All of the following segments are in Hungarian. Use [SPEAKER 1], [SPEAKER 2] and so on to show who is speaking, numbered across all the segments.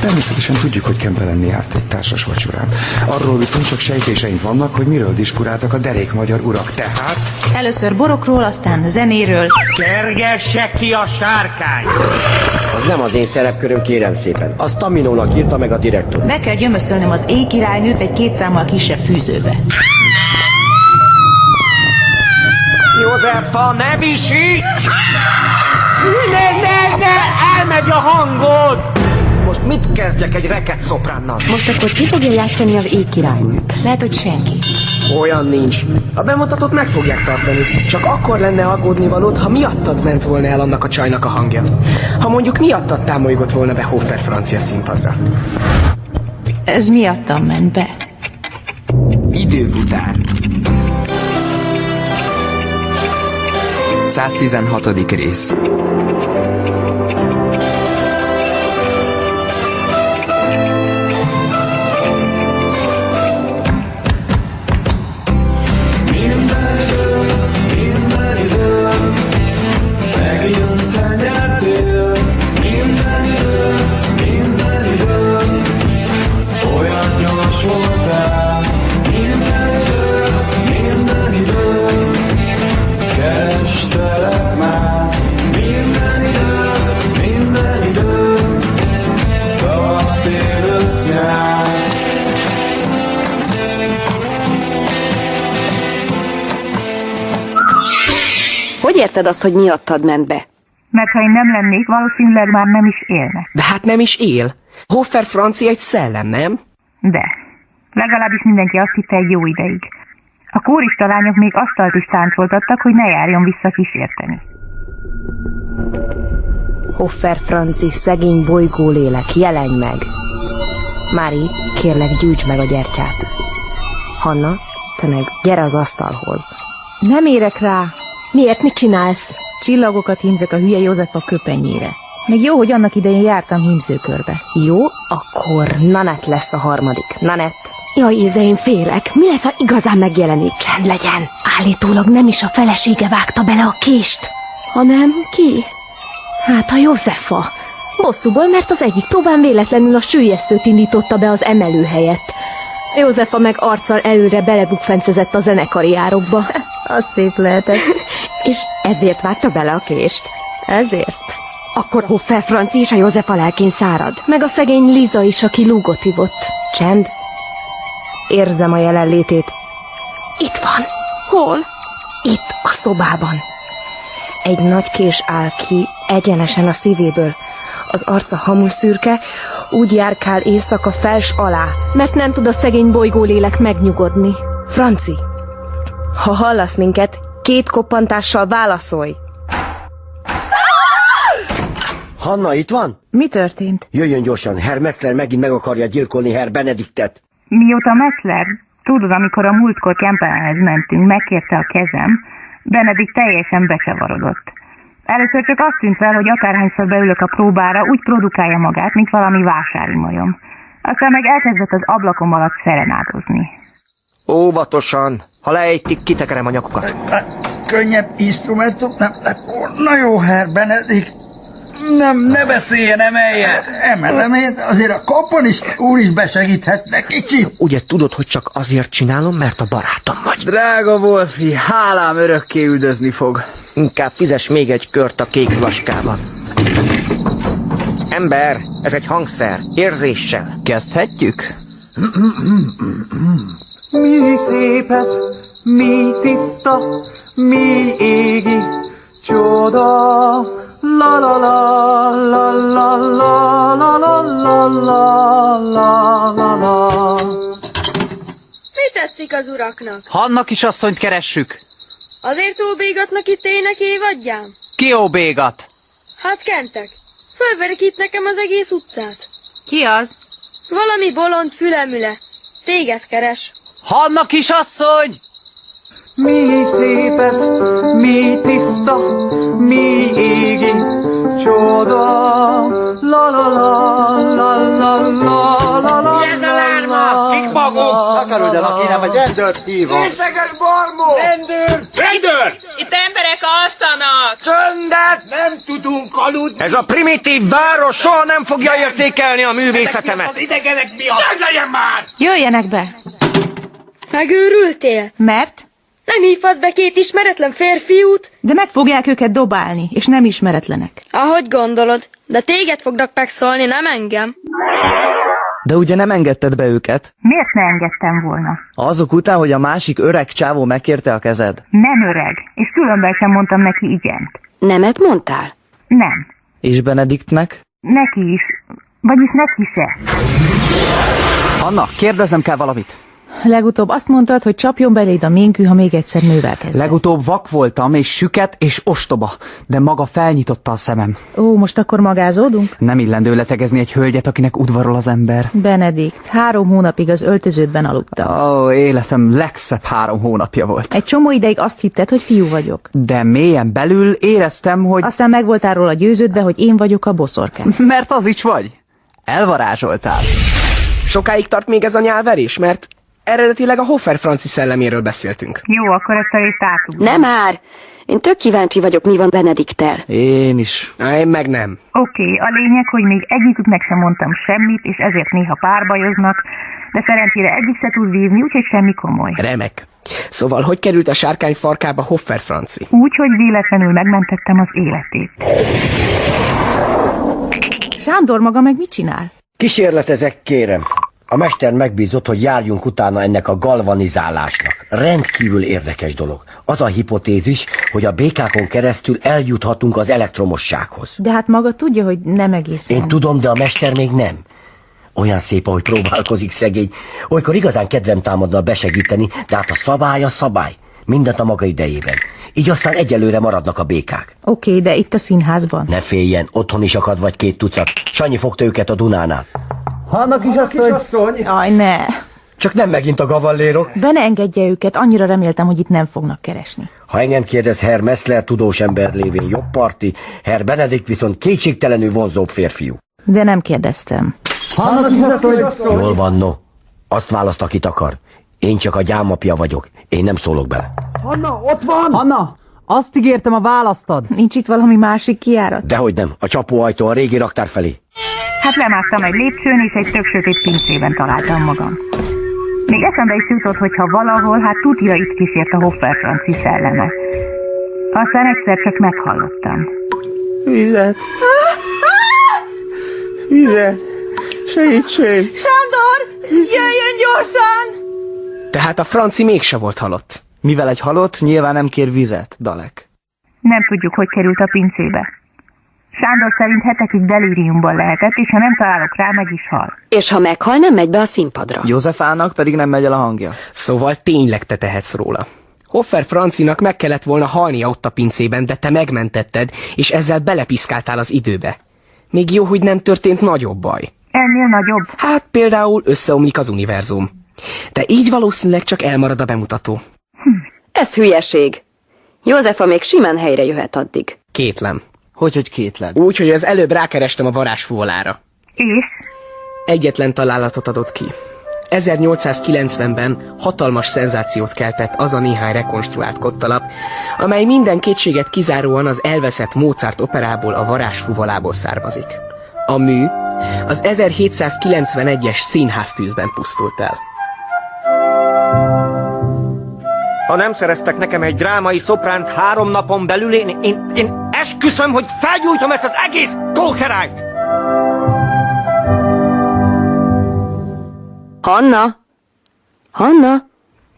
[SPEAKER 1] Természetesen tudjuk, hogy Kempelenni járt egy társas vacsorán. Arról viszont csak sejtéseink vannak, hogy miről diskuráltak a derék magyar urak. Tehát...
[SPEAKER 2] Először borokról, aztán zenéről.
[SPEAKER 3] Kergesse ki a sárkány!
[SPEAKER 4] Az nem az én szerepköröm, kérem szépen. Azt Taminónak írta meg a direktor.
[SPEAKER 2] Be kell gyömöszölnöm az éjkirálynőt egy két számmal kisebb fűzőbe.
[SPEAKER 3] Józefa, ne visíts! Ne, ne, ne! Elmegy a hangod! Most mit kezdjek egy reket szopránnal?
[SPEAKER 5] Most akkor ki fogja játszani az éjkirálynőt?
[SPEAKER 2] Lehet, hogy senki.
[SPEAKER 6] Olyan nincs. A bemutatót meg fogják tartani. Csak akkor lenne aggódni valót, ha miattad ment volna el annak a csajnak a hangja. Ha mondjuk miattad támolygott volna be Hoffer francia színpadra.
[SPEAKER 2] Ez miattam ment be.
[SPEAKER 7] Időfutár 116. rész
[SPEAKER 5] Hogy érted azt, hogy miattad ment be?
[SPEAKER 8] Mert ha én nem lennék, valószínűleg már nem is élne.
[SPEAKER 6] De hát nem is él. Hoffer francia egy szellem, nem?
[SPEAKER 8] De. Legalábbis mindenki azt hitte egy jó ideig. A kórista lányok még asztalt is táncoltattak, hogy ne járjon vissza kísérteni.
[SPEAKER 9] Hoffer Franci, szegény bolygó lélek, jelenj meg! Mári, kérlek, gyűjts meg a gyertyát. Hanna, te meg gyere az asztalhoz.
[SPEAKER 2] Nem érek rá.
[SPEAKER 9] Miért, mit csinálsz?
[SPEAKER 2] Csillagokat hímzek a hülye József a köpenyére. Még jó, hogy annak idején jártam hímzőkörbe.
[SPEAKER 9] Jó, akkor Nanett lesz a harmadik. Nanett,
[SPEAKER 5] Jaj, Éze, én félek. Mi lesz, ha igazán megjelenik? Csend legyen. Állítólag nem is a felesége vágta bele a kést, hanem ki? Hát a Józefa. Bosszúból, mert az egyik próbán véletlenül a sűjesztőt indította be az emelő helyett. Józefa meg arccal előre belebukfencezett a zenekari árokba.
[SPEAKER 9] az szép lehetett.
[SPEAKER 5] És ezért vágta bele a kést? Ezért? Akkor Hoffer Franci is a Józefa lelkén szárad, meg a szegény Liza is, aki lúgot ivott.
[SPEAKER 9] Csend, érzem a jelenlétét.
[SPEAKER 5] Itt van.
[SPEAKER 9] Hol?
[SPEAKER 5] Itt, a szobában.
[SPEAKER 9] Egy nagy kés áll ki egyenesen a szívéből. Az arca hamuszürke, úgy járkál éjszaka fels alá.
[SPEAKER 5] Mert nem tud a szegény bolygó lélek megnyugodni.
[SPEAKER 9] Franci, ha hallasz minket, két koppantással válaszolj.
[SPEAKER 4] Hanna itt van?
[SPEAKER 2] Mi történt?
[SPEAKER 4] Jöjjön gyorsan, Herr Messler megint meg akarja gyilkolni Herr Benediktet.
[SPEAKER 8] Mióta Metzler, tudod, amikor a múltkor Kempelenhez mentünk, megkérte a kezem, Benedik teljesen becsavarodott. Először csak azt tűnt fel, hogy akárhányszor beülök a próbára, úgy produkálja magát, mint valami vásári majom. Aztán meg elkezdett az ablakom alatt szerenádozni.
[SPEAKER 3] Óvatosan! Ha leejtik, kitekerem a nyakukat.
[SPEAKER 10] Hát, könnyebb instrumentum nem lett volna jó, Herr Benedik. Nem, ne beszéljen, emeljen. Emelem én, azért a komponist úr is besegíthetne kicsit.
[SPEAKER 4] Ugye tudod, hogy csak azért csinálom, mert a barátom vagy.
[SPEAKER 7] Drága Wolfi, hálám örökké üldözni fog.
[SPEAKER 4] Inkább fizes még egy kört a kék vaskában. Ember, ez egy hangszer, érzéssel.
[SPEAKER 7] Kezdhetjük?
[SPEAKER 11] Mi szép ez, mi tiszta, mi égi csoda. La la la la la la la la la la la la la.
[SPEAKER 12] Mi tetszik az uraknak?
[SPEAKER 7] Hanna kisasszonyt keressük.
[SPEAKER 12] Azért óbégatnak itt ének évadján?
[SPEAKER 7] Ki óbégat?
[SPEAKER 12] Hát kentek. Fölverik itt nekem az egész utcát.
[SPEAKER 2] Ki az?
[SPEAKER 12] Valami bolond fülemüle. Téged keres.
[SPEAKER 7] Hanna kisasszony!
[SPEAKER 11] Mi szép ez, mi tiszta, mi égi csoda. La la la la la la la la
[SPEAKER 3] Mi ez a lárma? Kik maguk?
[SPEAKER 11] Akarod el, aki nem vagy
[SPEAKER 10] rendőrt hívom.
[SPEAKER 3] Részeges barmó! Rendőr!
[SPEAKER 13] Rendőr! Itt emberek alszanak!
[SPEAKER 3] Csöndet! Nem
[SPEAKER 14] nem tudunk aludni.
[SPEAKER 3] Ez a primitív város soha nem fogja értékelni a művészetemet.
[SPEAKER 14] Az idegenek miatt. Nem legyen már!
[SPEAKER 2] Jöjjenek be!
[SPEAKER 12] Megőrültél?
[SPEAKER 2] Mert?
[SPEAKER 12] Nem hívhatsz be két ismeretlen férfiút?
[SPEAKER 2] De meg fogják őket dobálni, és nem ismeretlenek.
[SPEAKER 12] Ahogy gondolod, de téged fognak megszólni, nem engem.
[SPEAKER 15] De ugye nem engedted be őket?
[SPEAKER 8] Miért ne engedtem volna?
[SPEAKER 15] Azok után, hogy a másik öreg csávó megkérte a kezed.
[SPEAKER 8] Nem öreg, és különben sem mondtam neki igent.
[SPEAKER 16] Nemet mondtál?
[SPEAKER 8] Nem,
[SPEAKER 15] És Benediktnek?
[SPEAKER 8] neki is, vagyis neki se.
[SPEAKER 17] Anna, kérdeznem kell valamit.
[SPEAKER 2] Legutóbb azt mondtad, hogy csapjon beléd a minkű, ha még egyszer nővel kezd.
[SPEAKER 18] Legutóbb vak voltam, és süket, és ostoba, de maga felnyitotta a szemem.
[SPEAKER 2] Ó, most akkor magázódunk?
[SPEAKER 18] Nem illendő letegezni egy hölgyet, akinek udvarol az ember.
[SPEAKER 2] Benedikt, három hónapig az öltöződben aludtam.
[SPEAKER 18] Ó, életem legszebb három hónapja volt.
[SPEAKER 2] Egy csomó ideig azt hitted, hogy fiú vagyok.
[SPEAKER 18] De mélyen belül éreztem, hogy...
[SPEAKER 2] Aztán megvoltál róla győződve, hogy én vagyok a boszorkány.
[SPEAKER 18] Mert az is vagy. Elvarázsoltál.
[SPEAKER 6] Sokáig tart még ez a nyálverés, mert eredetileg a Hoffer Franci szelleméről beszéltünk.
[SPEAKER 8] Jó, akkor ezt a részt átugrunk.
[SPEAKER 16] Nem már! Én tök kíváncsi vagyok, mi van Benediktel.
[SPEAKER 18] Én is.
[SPEAKER 6] Én meg nem.
[SPEAKER 8] Oké, a lényeg, hogy még egyiküknek sem mondtam semmit, és ezért néha párbajoznak, de szerencsére egyik se tud vívni, úgyhogy semmi komoly.
[SPEAKER 6] Remek. Szóval, hogy került a sárkány farkába Hoffer Franci?
[SPEAKER 8] Úgy, hogy véletlenül megmentettem az életét.
[SPEAKER 2] Sándor maga meg mit csinál?
[SPEAKER 4] Kísérletezek, kérem. A mester megbízott, hogy járjunk utána ennek a galvanizálásnak. Rendkívül érdekes dolog. Az a hipotézis, hogy a békákon keresztül eljuthatunk az elektromossághoz.
[SPEAKER 2] De hát maga tudja, hogy nem egészen.
[SPEAKER 4] Én tudom, de a mester még nem. Olyan szép, ahogy próbálkozik szegény. Olykor igazán kedvem támadna besegíteni, de hát a szabály a szabály. Mindent a maga idejében. Így aztán egyelőre maradnak a békák.
[SPEAKER 2] Oké, de itt a színházban.
[SPEAKER 4] Ne féljen, otthon is akad vagy két tucat. Sanyi fogta őket a Dunánál.
[SPEAKER 17] Hanna
[SPEAKER 2] kisasszony! Aj, ne!
[SPEAKER 4] Csak nem megint a gavallérok.
[SPEAKER 2] Be ne engedje őket, annyira reméltem, hogy itt nem fognak keresni.
[SPEAKER 4] Ha engem kérdez, Herr Messler tudós ember lévén jobb parti, Herr Benedikt viszont kétségtelenül vonzóbb férfiú.
[SPEAKER 2] De nem kérdeztem.
[SPEAKER 4] Hanna kisasszony! Jól van, no. Azt választ, akit akar. Én csak a gyámapja vagyok. Én nem szólok bele.
[SPEAKER 17] Hanna, ott van! Hanna, azt ígértem a választad.
[SPEAKER 2] Nincs itt valami másik kiárat?
[SPEAKER 4] Dehogy nem. A csapóajtó a régi raktár felé.
[SPEAKER 8] Hát lemásztam egy lépcsőn, és egy tök sötét pincében találtam magam. Még eszembe is jutott, hogy ha valahol, hát tutira itt kísért a Hoffer Franci szelleme. Aztán egyszer csak meghallottam.
[SPEAKER 9] Vizet. Vizet. Segítség.
[SPEAKER 1] Sándor, jöjjön gyorsan!
[SPEAKER 6] Tehát a Franci mégse volt halott.
[SPEAKER 15] Mivel egy halott, nyilván nem kér vizet, Dalek.
[SPEAKER 8] Nem tudjuk, hogy került a pincébe. Sándor szerint hetekig delíriumban lehetett, és ha nem találok rá, meg is hal.
[SPEAKER 16] És ha meghal, nem megy be a színpadra.
[SPEAKER 15] Józsefának pedig nem megy el a hangja.
[SPEAKER 6] Szóval tényleg te tehetsz róla. Hoffer Francinak meg kellett volna halnia ott a pincében, de te megmentetted, és ezzel belepiszkáltál az időbe. Még jó, hogy nem történt nagyobb baj.
[SPEAKER 8] Ennél nagyobb?
[SPEAKER 6] Hát például összeomlik az univerzum. De így valószínűleg csak elmarad a bemutató.
[SPEAKER 9] Hm.
[SPEAKER 16] Ez hülyeség. Józefa még simán helyre jöhet addig.
[SPEAKER 6] Kétlem.
[SPEAKER 15] Hogy, hogy kétled?
[SPEAKER 6] Úgy, hogy az előbb rákerestem a varázsfólára.
[SPEAKER 8] És?
[SPEAKER 6] Egyetlen találatot adott ki. 1890-ben hatalmas szenzációt keltett az a néhány rekonstruált kottalap, amely minden kétséget kizáróan az elveszett Mozart operából a varázsfúvalából származik. A mű az 1791-es színháztűzben pusztult el.
[SPEAKER 3] Ha nem szereztek nekem egy drámai szopránt három napon belül, én, én, én esküszöm, hogy felgyújtom ezt az egész kószerányt!
[SPEAKER 16] Hanna? Hanna?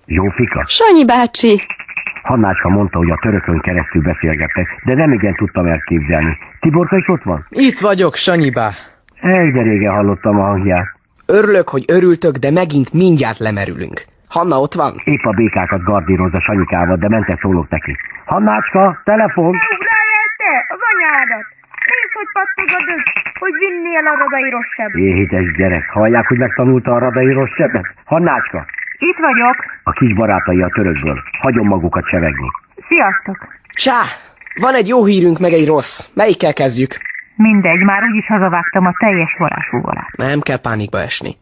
[SPEAKER 4] Jófika?
[SPEAKER 16] Sanyi bácsi!
[SPEAKER 4] Hannácska mondta, hogy a törökön keresztül beszélgettek, de nem igen tudtam elképzelni. Tiborka is ott van?
[SPEAKER 6] Itt vagyok, Sanyibá.
[SPEAKER 4] Egyre régen hallottam a hangját.
[SPEAKER 6] Örülök, hogy örültök, de megint mindjárt lemerülünk. Hanna ott van?
[SPEAKER 4] Épp a békákat gardírozza Sanyikával, de mente szólok neki. Hannácska, telefon!
[SPEAKER 1] Ugrálj te, az anyádat! Nézd, hogy pattog a dög, hogy vinnél a ragai rosszabb.
[SPEAKER 4] Éhites gyerek, hallják, hogy megtanulta a radairos sebet? Hannácska,
[SPEAKER 8] Itt vagyok.
[SPEAKER 4] a kis barátai a törökből. Hagyom magukat sevegni.
[SPEAKER 8] Sziasztok!
[SPEAKER 6] Csá! Van egy jó hírünk, meg egy rossz. Melyikkel kezdjük?
[SPEAKER 8] Mindegy, már úgyis hazavágtam a teljes varázsfúvalát.
[SPEAKER 6] Nem kell pánikba esni.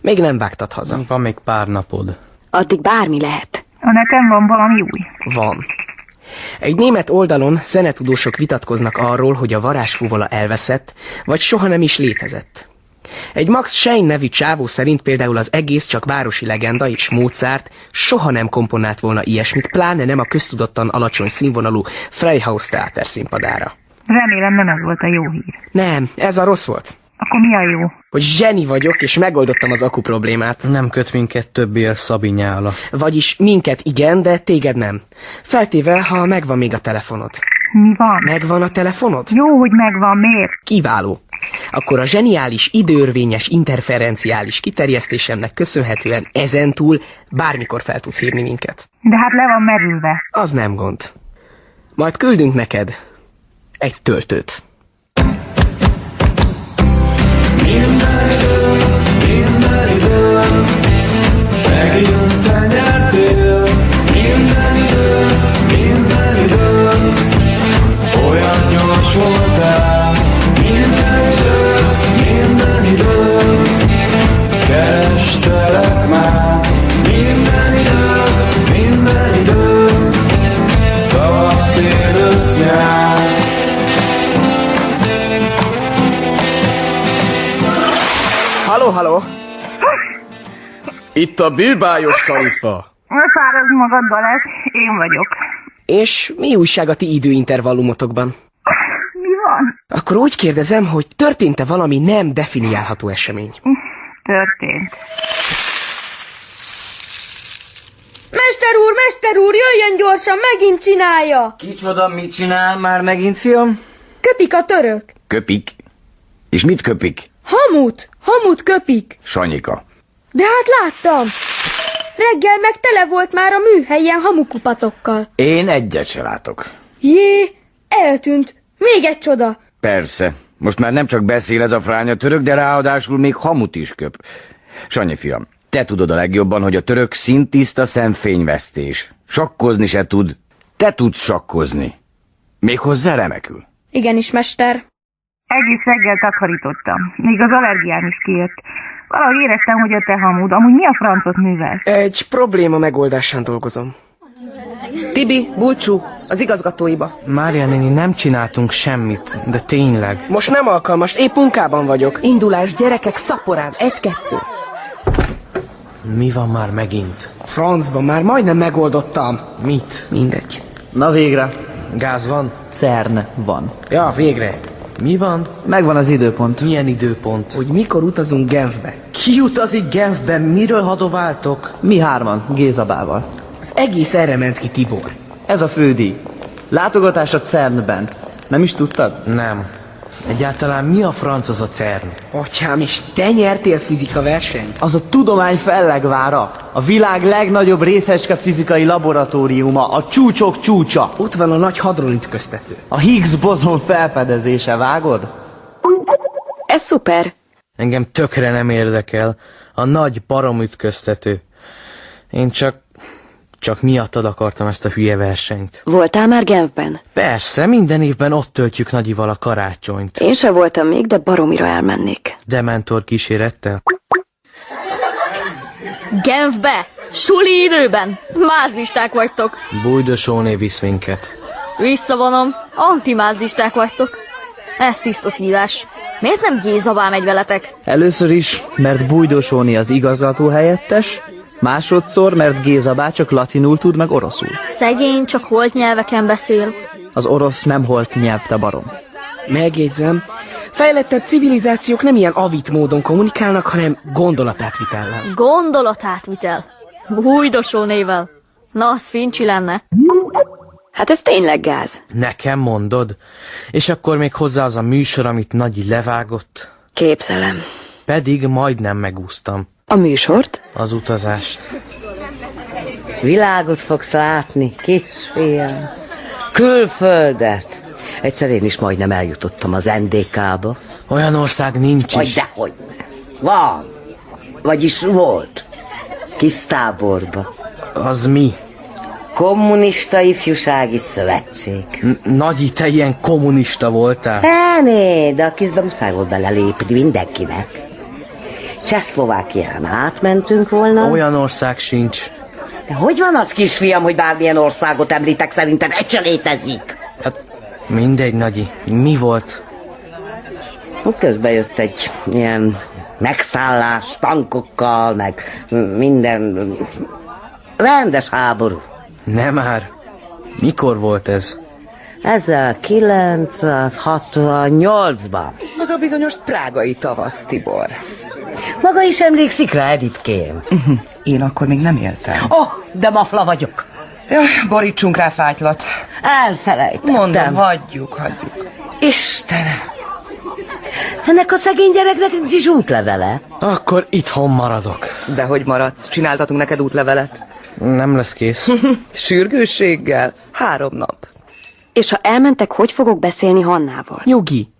[SPEAKER 6] Még nem vágtad haza.
[SPEAKER 18] Van még pár napod.
[SPEAKER 16] Addig bármi lehet.
[SPEAKER 8] A nekem van valami új.
[SPEAKER 6] Van. Egy német oldalon zenetudósok vitatkoznak arról, hogy a varázsfúvola elveszett, vagy soha nem is létezett. Egy Max Schein nevű csávó szerint például az egész csak városi legenda és Mozart soha nem komponált volna ilyesmit, pláne nem a köztudottan alacsony színvonalú Freihaus Theater színpadára.
[SPEAKER 8] Remélem nem ez volt a jó hír.
[SPEAKER 6] Nem, ez a rossz volt.
[SPEAKER 8] Akkor mi a jó?
[SPEAKER 6] Hogy zseni vagyok, és megoldottam az aku problémát.
[SPEAKER 19] Nem köt minket többé a Szabi nyála.
[SPEAKER 6] Vagyis minket igen, de téged nem. Feltéve, ha megvan még a telefonod.
[SPEAKER 8] Mi van?
[SPEAKER 6] Megvan a telefonod?
[SPEAKER 8] Jó, hogy megvan, miért?
[SPEAKER 6] Kiváló. Akkor a zseniális, időrvényes, interferenciális kiterjesztésemnek köszönhetően ezentúl bármikor fel tudsz hívni minket.
[SPEAKER 8] De hát le van merülve.
[SPEAKER 6] Az nem gond. Majd küldünk neked egy töltőt.
[SPEAKER 5] Minden időm, minden időm, megjön te nyertél. Minden időm, minden időm, olyan gyors voltál. Minden időm, minden időm, kerestelek már. Minden időm, minden időm, tavasz, tél, ősz, nyár.
[SPEAKER 20] Halló, halló! Itt a bűbájos kalifa.
[SPEAKER 8] Ne fáradj magad, Balázs, én vagyok.
[SPEAKER 6] És mi újság a ti időintervallumotokban?
[SPEAKER 8] Mi van?
[SPEAKER 6] Akkor úgy kérdezem, hogy történt-e valami nem definiálható esemény?
[SPEAKER 8] Történt.
[SPEAKER 12] Mester úr, mester úr, jöjjön gyorsan, megint csinálja!
[SPEAKER 14] Kicsoda, mit csinál már megint, fiam?
[SPEAKER 12] Köpik a török.
[SPEAKER 21] Köpik? És mit köpik?
[SPEAKER 12] Hamut, hamut köpik.
[SPEAKER 21] Sanyika.
[SPEAKER 12] De hát láttam. Reggel meg tele volt már a műhelyen hamukupacokkal.
[SPEAKER 21] Én egyet se látok.
[SPEAKER 12] Jé, eltűnt. Még egy csoda.
[SPEAKER 21] Persze. Most már nem csak beszél ez a fránya török, de ráadásul még hamut is köp. Sanyi fiam, te tudod a legjobban, hogy a török szintiszta szemfényvesztés. Sakkozni se tud. Te tudsz sakkozni. Méghozzá remekül.
[SPEAKER 12] Igenis, mester.
[SPEAKER 8] Egész reggel takarítottam. Még az allergiám is kijött. Valahogy éreztem, hogy a te hamud. Amúgy mi a francot művelsz?
[SPEAKER 6] Egy probléma megoldásán dolgozom.
[SPEAKER 22] Tibi, Bulcsú, az igazgatóiba.
[SPEAKER 19] Mária néni, nem csináltunk semmit, de tényleg.
[SPEAKER 6] Most nem alkalmas, épp munkában vagyok.
[SPEAKER 22] Indulás, gyerekek, szaporám, egy-kettő.
[SPEAKER 19] Mi van már megint?
[SPEAKER 6] A francban már majdnem megoldottam.
[SPEAKER 19] Mit?
[SPEAKER 6] Mindegy.
[SPEAKER 19] Na végre. Gáz van?
[SPEAKER 15] CERN van.
[SPEAKER 6] Ja, végre.
[SPEAKER 19] Mi van?
[SPEAKER 15] Megvan az időpont.
[SPEAKER 19] Milyen időpont?
[SPEAKER 6] Hogy mikor utazunk Genfbe.
[SPEAKER 19] Ki utazik Genfbe? Miről hadováltok?
[SPEAKER 15] Mi hárman, Gézabával.
[SPEAKER 6] Az egész erre ment ki Tibor.
[SPEAKER 15] Ez a fődíj. Látogatás a CERN-ben. Nem is tudtad?
[SPEAKER 19] Nem. Egyáltalán mi a franc az a CERN?
[SPEAKER 6] Atyám, és te nyertél fizika versenyt?
[SPEAKER 15] Az a tudomány fellegvára, a világ legnagyobb részecske fizikai laboratóriuma, a csúcsok csúcsa.
[SPEAKER 6] Ott van a nagy hadron ütköztető.
[SPEAKER 15] A Higgs bozon felfedezése, vágod?
[SPEAKER 16] Ez szuper.
[SPEAKER 19] Engem tökre nem érdekel. A nagy barom ütköztető. Én csak... Csak miattad akartam ezt a hülye versenyt.
[SPEAKER 16] Voltál már Genfben?
[SPEAKER 19] Persze, minden évben ott töltjük nagyival a karácsonyt.
[SPEAKER 16] Én se voltam még, de baromira elmennék.
[SPEAKER 19] Dementor kísérettel.
[SPEAKER 23] Genfbe! Suli időben! Mázlisták vagytok!
[SPEAKER 19] Bújdosóné visz minket.
[SPEAKER 23] Visszavonom, antimázlisták vagytok. Ez tiszta szívás. Miért nem Gézabá megy veletek?
[SPEAKER 15] Először is, mert Bújdosóni az igazgató helyettes, Másodszor, mert Géza bácsak latinul tud meg oroszul.
[SPEAKER 23] Szegény, csak holt nyelveken beszél.
[SPEAKER 15] Az orosz nem holt nyelv, te barom.
[SPEAKER 6] Megjegyzem, fejlettebb civilizációk nem ilyen avit módon kommunikálnak, hanem gondolatátvitellel.
[SPEAKER 23] Gondolatátvitel. Bújdosó nével. Na, az fincsi lenne.
[SPEAKER 16] Hát ez tényleg gáz.
[SPEAKER 19] Nekem mondod? És akkor még hozzá az a műsor, amit Nagyi levágott.
[SPEAKER 16] Képzelem.
[SPEAKER 19] Pedig majdnem megúsztam.
[SPEAKER 16] A műsort?
[SPEAKER 19] Az utazást.
[SPEAKER 24] Világot fogsz látni, kisfiam. Külföldet. Egyszer én is majdnem eljutottam az NDK-ba.
[SPEAKER 19] Olyan ország nincs
[SPEAKER 24] Vagy
[SPEAKER 19] is.
[SPEAKER 24] dehogy nem. Van. Vagyis volt. Kis táborba.
[SPEAKER 19] Az mi?
[SPEAKER 24] Kommunista Ifjúsági Szövetség.
[SPEAKER 19] N- Nagyi, te ilyen kommunista voltál?
[SPEAKER 24] Fené, de a kizbe muszáj volt belelépni mindenkinek. Csehszlovákián átmentünk volna.
[SPEAKER 19] Olyan ország sincs.
[SPEAKER 24] De hogy van az, kisfiam, hogy bármilyen országot említek, szerinted egy se létezik?
[SPEAKER 6] Mindegy, Nagyi. Mi volt?
[SPEAKER 24] Közben jött egy ilyen megszállás tankokkal, meg minden rendes háború.
[SPEAKER 6] Nem már. Mikor volt ez?
[SPEAKER 24] 1968-ban.
[SPEAKER 22] Az a bizonyos prágai tavasz, Tibor.
[SPEAKER 24] Maga is emlékszik rá, Editkém?
[SPEAKER 22] Hm, Én akkor még nem éltem.
[SPEAKER 24] Oh, de mafla vagyok.
[SPEAKER 22] Ja, borítsunk rá fátylat.
[SPEAKER 24] Elfelejtettem.
[SPEAKER 22] Mondom, hagyjuk, hagyjuk.
[SPEAKER 24] Istenem! Ennek a szegény gyereknek nincs is útlevele.
[SPEAKER 6] Akkor itthon maradok.
[SPEAKER 22] De hogy maradsz? Csináltatunk neked útlevelet?
[SPEAKER 6] Nem lesz kész.
[SPEAKER 22] Sürgősséggel? Három nap.
[SPEAKER 7] És ha elmentek, hogy fogok beszélni Hannával?
[SPEAKER 6] Nyugi!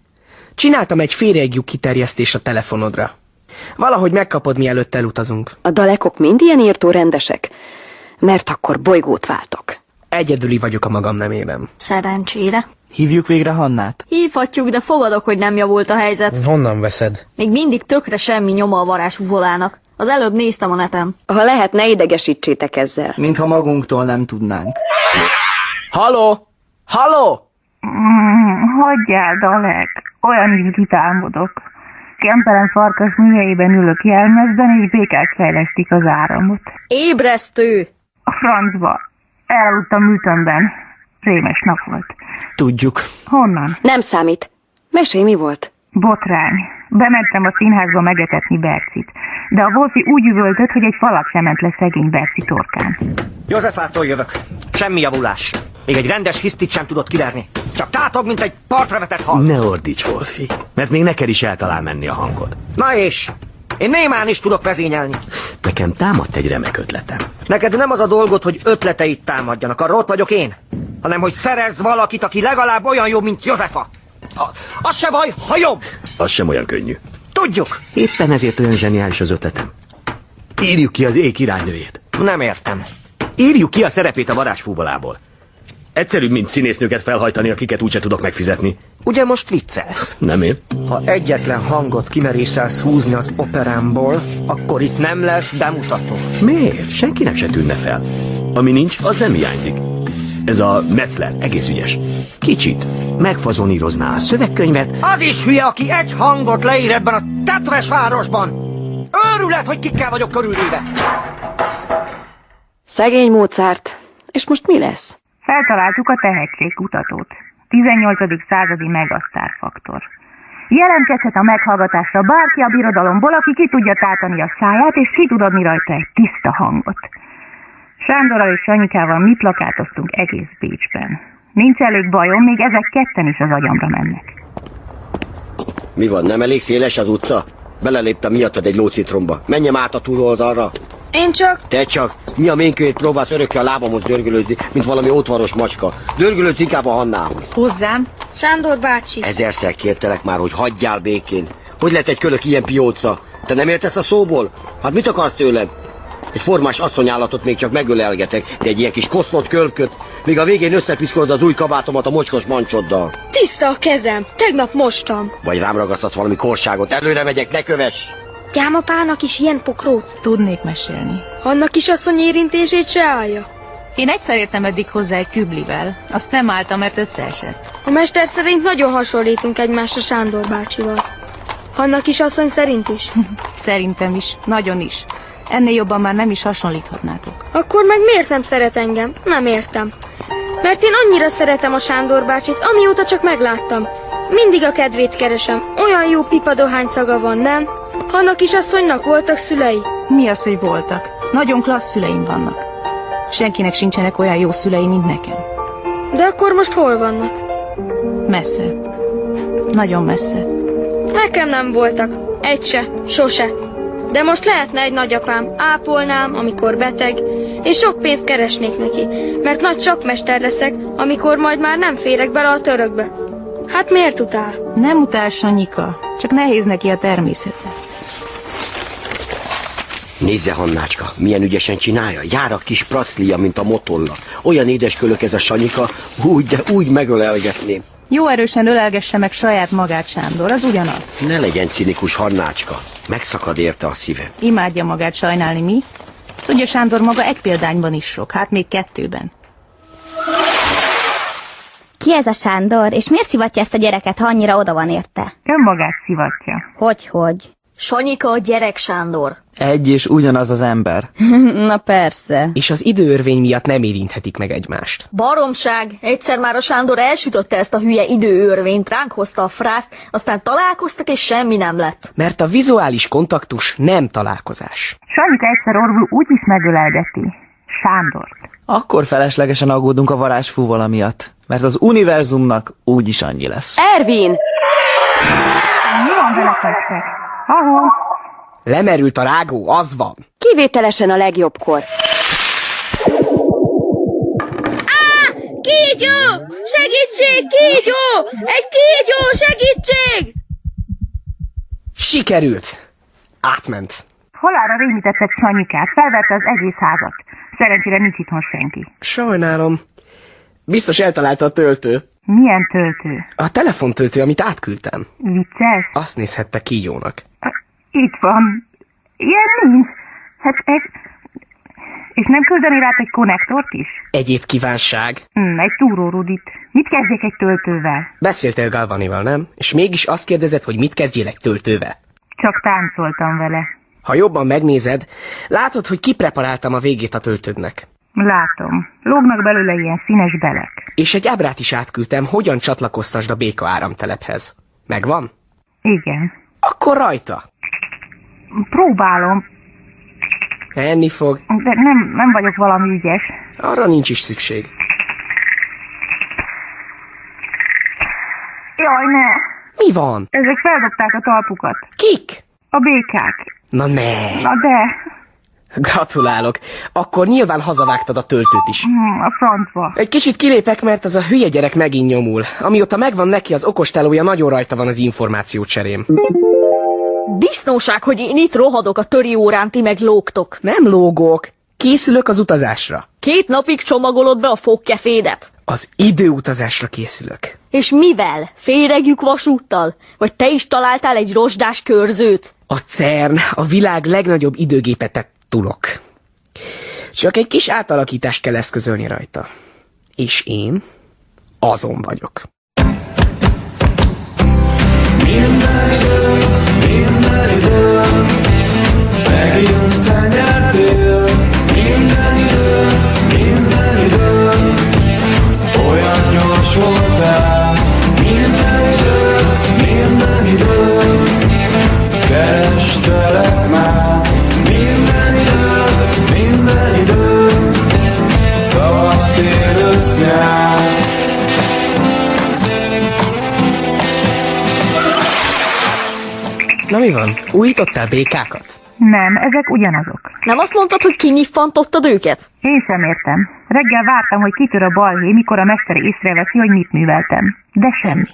[SPEAKER 6] Csináltam egy féregjük kiterjesztés a telefonodra. Valahogy megkapod, mielőtt elutazunk.
[SPEAKER 7] A dalekok mind ilyen írtó rendesek? Mert akkor bolygót váltok.
[SPEAKER 6] Egyedüli vagyok a magam nemében.
[SPEAKER 23] Szerencsére.
[SPEAKER 15] Hívjuk végre Hannát?
[SPEAKER 23] Hívhatjuk, de fogadok, hogy nem javult a helyzet.
[SPEAKER 19] Honnan veszed?
[SPEAKER 23] Még mindig tökre semmi nyoma a varázs volának. Az előbb néztem a neten.
[SPEAKER 7] Ha lehet, ne idegesítsétek ezzel.
[SPEAKER 15] Mintha magunktól nem tudnánk.
[SPEAKER 6] Halló! Halló!
[SPEAKER 8] Mm, hagyjál, Dalek! Olyan izgit álmodok. Kempelen farkas műhelyében ülök jelmezben, és békák fejlesztik az áramot.
[SPEAKER 23] Ébresztő!
[SPEAKER 8] A francba. Elaludtam ütömben. Rémes nap volt.
[SPEAKER 15] Tudjuk.
[SPEAKER 8] Honnan?
[SPEAKER 7] Nem számít. Mesélj, mi volt?
[SPEAKER 8] Botrány. Bementem a színházba megetetni Bercit, de a Wolfi úgy üvöltött, hogy egy falak lement le szegény Berci torkán.
[SPEAKER 3] Józsefától jövök. Semmi javulás. Még egy rendes hisztit sem tudott kiverni. Csak tátog, mint egy partra vetett hal.
[SPEAKER 25] Ne ordíts, Wolfi, mert még neked is el talál menni a hangod.
[SPEAKER 3] Na és? Én némán is tudok vezényelni.
[SPEAKER 25] Nekem támadt egy remek ötletem.
[SPEAKER 3] Neked nem az a dolgod, hogy ötleteit támadjanak, arra ott vagyok én, hanem hogy szerezz valakit, aki legalább olyan jó, mint Józefa. A- Az se baj, ha jobb.
[SPEAKER 25] Az sem olyan könnyű.
[SPEAKER 3] Tudjuk.
[SPEAKER 25] Éppen ezért olyan zseniális az ötletem. Írjuk ki az éj királynőjét.
[SPEAKER 3] Nem értem.
[SPEAKER 25] Írjuk ki a szerepét a varázsfúvalából. Egyszerűbb, mint színésznőket felhajtani, akiket úgyse tudok megfizetni.
[SPEAKER 3] Ugye most viccelsz?
[SPEAKER 25] Nem én?
[SPEAKER 3] Ha egyetlen hangot kimerészelsz húzni az operámból, akkor itt nem lesz bemutató.
[SPEAKER 25] Miért? Senkinek se tűnne fel. Ami nincs, az nem hiányzik. Ez a Metzler egész ügyes. Kicsit megfazonírozná a szövegkönyvet.
[SPEAKER 3] Az is hülye, aki egy hangot leír ebben a tetves városban. Őrület, hogy kikkel vagyok körülvéve.
[SPEAKER 7] Szegény Mozart. És most mi lesz?
[SPEAKER 8] Feltaláltuk a tehetségkutatót. 18. századi megasztárfaktor. Jelentkezhet a meghallgatásra bárki a birodalomból, aki ki tudja tátani a száját, és ki tud adni rajta egy tiszta hangot. Sándorral és Sanyikával mi plakátoztunk egész Bécsben. Nincs elég bajom, még ezek ketten is az agyamra mennek.
[SPEAKER 4] Mi van, nem elég széles az utca? Beleléptem miattad egy lócitromba. Menjem át a túloldalra.
[SPEAKER 12] Én csak...
[SPEAKER 4] Te csak, mi a ménkőért próbálsz örökké a lábamhoz dörgölődni, mint valami otvaros macska. Dörgölődj inkább a Hannához.
[SPEAKER 12] Hozzám? Sándor bácsi.
[SPEAKER 4] Ezerszer kértelek már, hogy hagyjál békén. Hogy lehet egy kölök ilyen pióca? Te nem értesz a szóból? Hát mit akarsz tőlem? Egy formás asszonyállatot még csak megölelgetek, de egy ilyen kis kosznot kölköt, még a végén összepiszkolod az új kabátomat a mocskos mancsoddal.
[SPEAKER 12] Tiszta a kezem. Tegnap mostam.
[SPEAKER 4] Vagy rám ragasztasz valami korságot, előre megyek, ne kövess!
[SPEAKER 12] Gyámapának is ilyen pokróc.
[SPEAKER 2] Tudnék mesélni.
[SPEAKER 12] Annak is asszony érintését se állja.
[SPEAKER 2] Én egyszer értem eddig hozzá egy küblivel. Azt nem álltam, mert összeesett.
[SPEAKER 12] A mester szerint nagyon hasonlítunk egymásra Sándor bácsival. Hanna kisasszony szerint is.
[SPEAKER 2] Szerintem is. Nagyon is. Ennél jobban már nem is hasonlíthatnátok.
[SPEAKER 12] Akkor meg miért nem szeret engem? Nem értem. Mert én annyira szeretem a Sándor bácsit, amióta csak megláttam. Mindig a kedvét keresem. Olyan jó pipa dohány szaga van, nem? Hanna kisasszonynak voltak szülei.
[SPEAKER 2] Mi az, hogy voltak? Nagyon klassz szüleim vannak. Senkinek sincsenek olyan jó szülei, mint nekem.
[SPEAKER 12] De akkor most hol vannak?
[SPEAKER 2] Messze. Nagyon messze.
[SPEAKER 12] Nekem nem voltak. Egy se. Sose. De most lehetne egy nagyapám. Ápolnám, amikor beteg, és sok pénzt keresnék neki, mert nagy csapmester leszek, amikor majd már nem férek bele a törökbe. Hát miért utál?
[SPEAKER 2] Nem utál, Sanyika. Csak nehéz neki a természete.
[SPEAKER 4] Nézze, Hannácska, milyen ügyesen csinálja. Jár a kis praclia, mint a motolla. Olyan édes kölök ez a Sanyika, úgy, de úgy megölelgetném.
[SPEAKER 2] Jó erősen ölelgesse meg saját magát, Sándor, az ugyanaz.
[SPEAKER 4] Ne legyen cinikus, Hannácska. Megszakad érte a szívem.
[SPEAKER 2] Imádja magát sajnálni, mi? Tudja Sándor maga egy példányban is sok, hát még kettőben.
[SPEAKER 17] Ki ez a Sándor, és miért szivatja ezt a gyereket, ha annyira oda van érte?
[SPEAKER 8] Önmagát szivatja.
[SPEAKER 17] Hogyhogy?
[SPEAKER 23] Sanyika a gyerek Sándor.
[SPEAKER 15] Egy és ugyanaz az ember.
[SPEAKER 23] Na persze.
[SPEAKER 6] És az időörvény miatt nem érinthetik meg egymást.
[SPEAKER 23] Baromság! Egyszer már a Sándor elsütötte ezt a hülye időőrvényt, ránk hozta a frászt, aztán találkoztak és semmi nem lett.
[SPEAKER 6] Mert a vizuális kontaktus nem találkozás.
[SPEAKER 8] Sanyika egyszer orvul úgy is megölelgeti. Sándort.
[SPEAKER 15] Akkor feleslegesen aggódunk a varázsfúvola miatt, mert az univerzumnak úgyis annyi lesz.
[SPEAKER 7] Ervin!
[SPEAKER 8] Mi van veletek? Ahol?
[SPEAKER 6] Lemerült a rágó, az van.
[SPEAKER 7] Kivételesen a legjobbkor.
[SPEAKER 12] Kígyó! Segítség, kígyó! Egy kígyó, segítség!
[SPEAKER 6] Sikerült. Átment.
[SPEAKER 8] Halára rémítettek Sanyikát, felverte az egész házat. Szerencsére nincs itthon senki.
[SPEAKER 6] Sajnálom. Biztos eltalálta a töltő.
[SPEAKER 8] Milyen töltő?
[SPEAKER 6] A telefontöltő, amit átküldtem.
[SPEAKER 8] Vicces?
[SPEAKER 6] Azt nézhette kígyónak.
[SPEAKER 8] Itt van. Ilyen nincs. Hát ez... És nem küldeni rá egy konnektort is?
[SPEAKER 6] Egyéb kívánság.
[SPEAKER 8] Hm, egy túrórudit. Mit kezdjek egy töltővel?
[SPEAKER 6] Beszéltél Galvanival, nem? És mégis azt kérdezed, hogy mit kezdjél egy töltővel.
[SPEAKER 8] Csak táncoltam vele.
[SPEAKER 6] Ha jobban megnézed, látod, hogy kipreparáltam a végét a töltődnek.
[SPEAKER 8] Látom. Lógnak belőle ilyen színes belek.
[SPEAKER 6] És egy ábrát is átküldtem, hogyan csatlakoztasd a béka áramtelephez. Megvan?
[SPEAKER 8] Igen.
[SPEAKER 6] Akkor rajta.
[SPEAKER 8] Próbálom,
[SPEAKER 6] Enni fog.
[SPEAKER 8] de nem, nem vagyok valami ügyes.
[SPEAKER 6] Arra nincs is szükség.
[SPEAKER 8] Jaj, ne!
[SPEAKER 6] Mi van?
[SPEAKER 8] Ezek feldobták a talpukat.
[SPEAKER 6] Kik?
[SPEAKER 8] A békák.
[SPEAKER 6] Na ne!
[SPEAKER 8] Na de,
[SPEAKER 6] Gratulálok. Akkor nyilván hazavágtad a töltőt is.
[SPEAKER 8] hm, a francba.
[SPEAKER 6] Egy kicsit kilépek, mert az a hülye gyerek megint nyomul. Amióta megvan neki az okostelója, nagyon rajta van az információcserém.
[SPEAKER 23] Disznóság, hogy én itt rohadok a töri órán, ti meg lógtok.
[SPEAKER 6] Nem lógok. Készülök az utazásra.
[SPEAKER 23] Két napig csomagolod be a fogkefédet.
[SPEAKER 6] Az időutazásra készülök.
[SPEAKER 23] És mivel? Féregjük vasúttal? Vagy te is találtál egy rozsdás körzőt?
[SPEAKER 6] A CERN a világ legnagyobb időgépet tulok. Csak egy kis átalakítást kell eszközölni rajta. És én azon vagyok.
[SPEAKER 5] Minden idő, megint nyertél. Minden idő, minden idő, olyan gyors voltál. Minden idő, minden idő, kerestelek már. Minden idő, minden idő, tavasz, tél, ősz, nyár.
[SPEAKER 6] Na mi van? Újítottál békákat?
[SPEAKER 8] Nem, ezek ugyanazok.
[SPEAKER 23] Nem azt mondtad, hogy kinyiffantottad őket?
[SPEAKER 8] Én sem értem. Reggel vártam, hogy kitör a balhé, mikor a mester észreveszi, hogy mit műveltem. De semmi.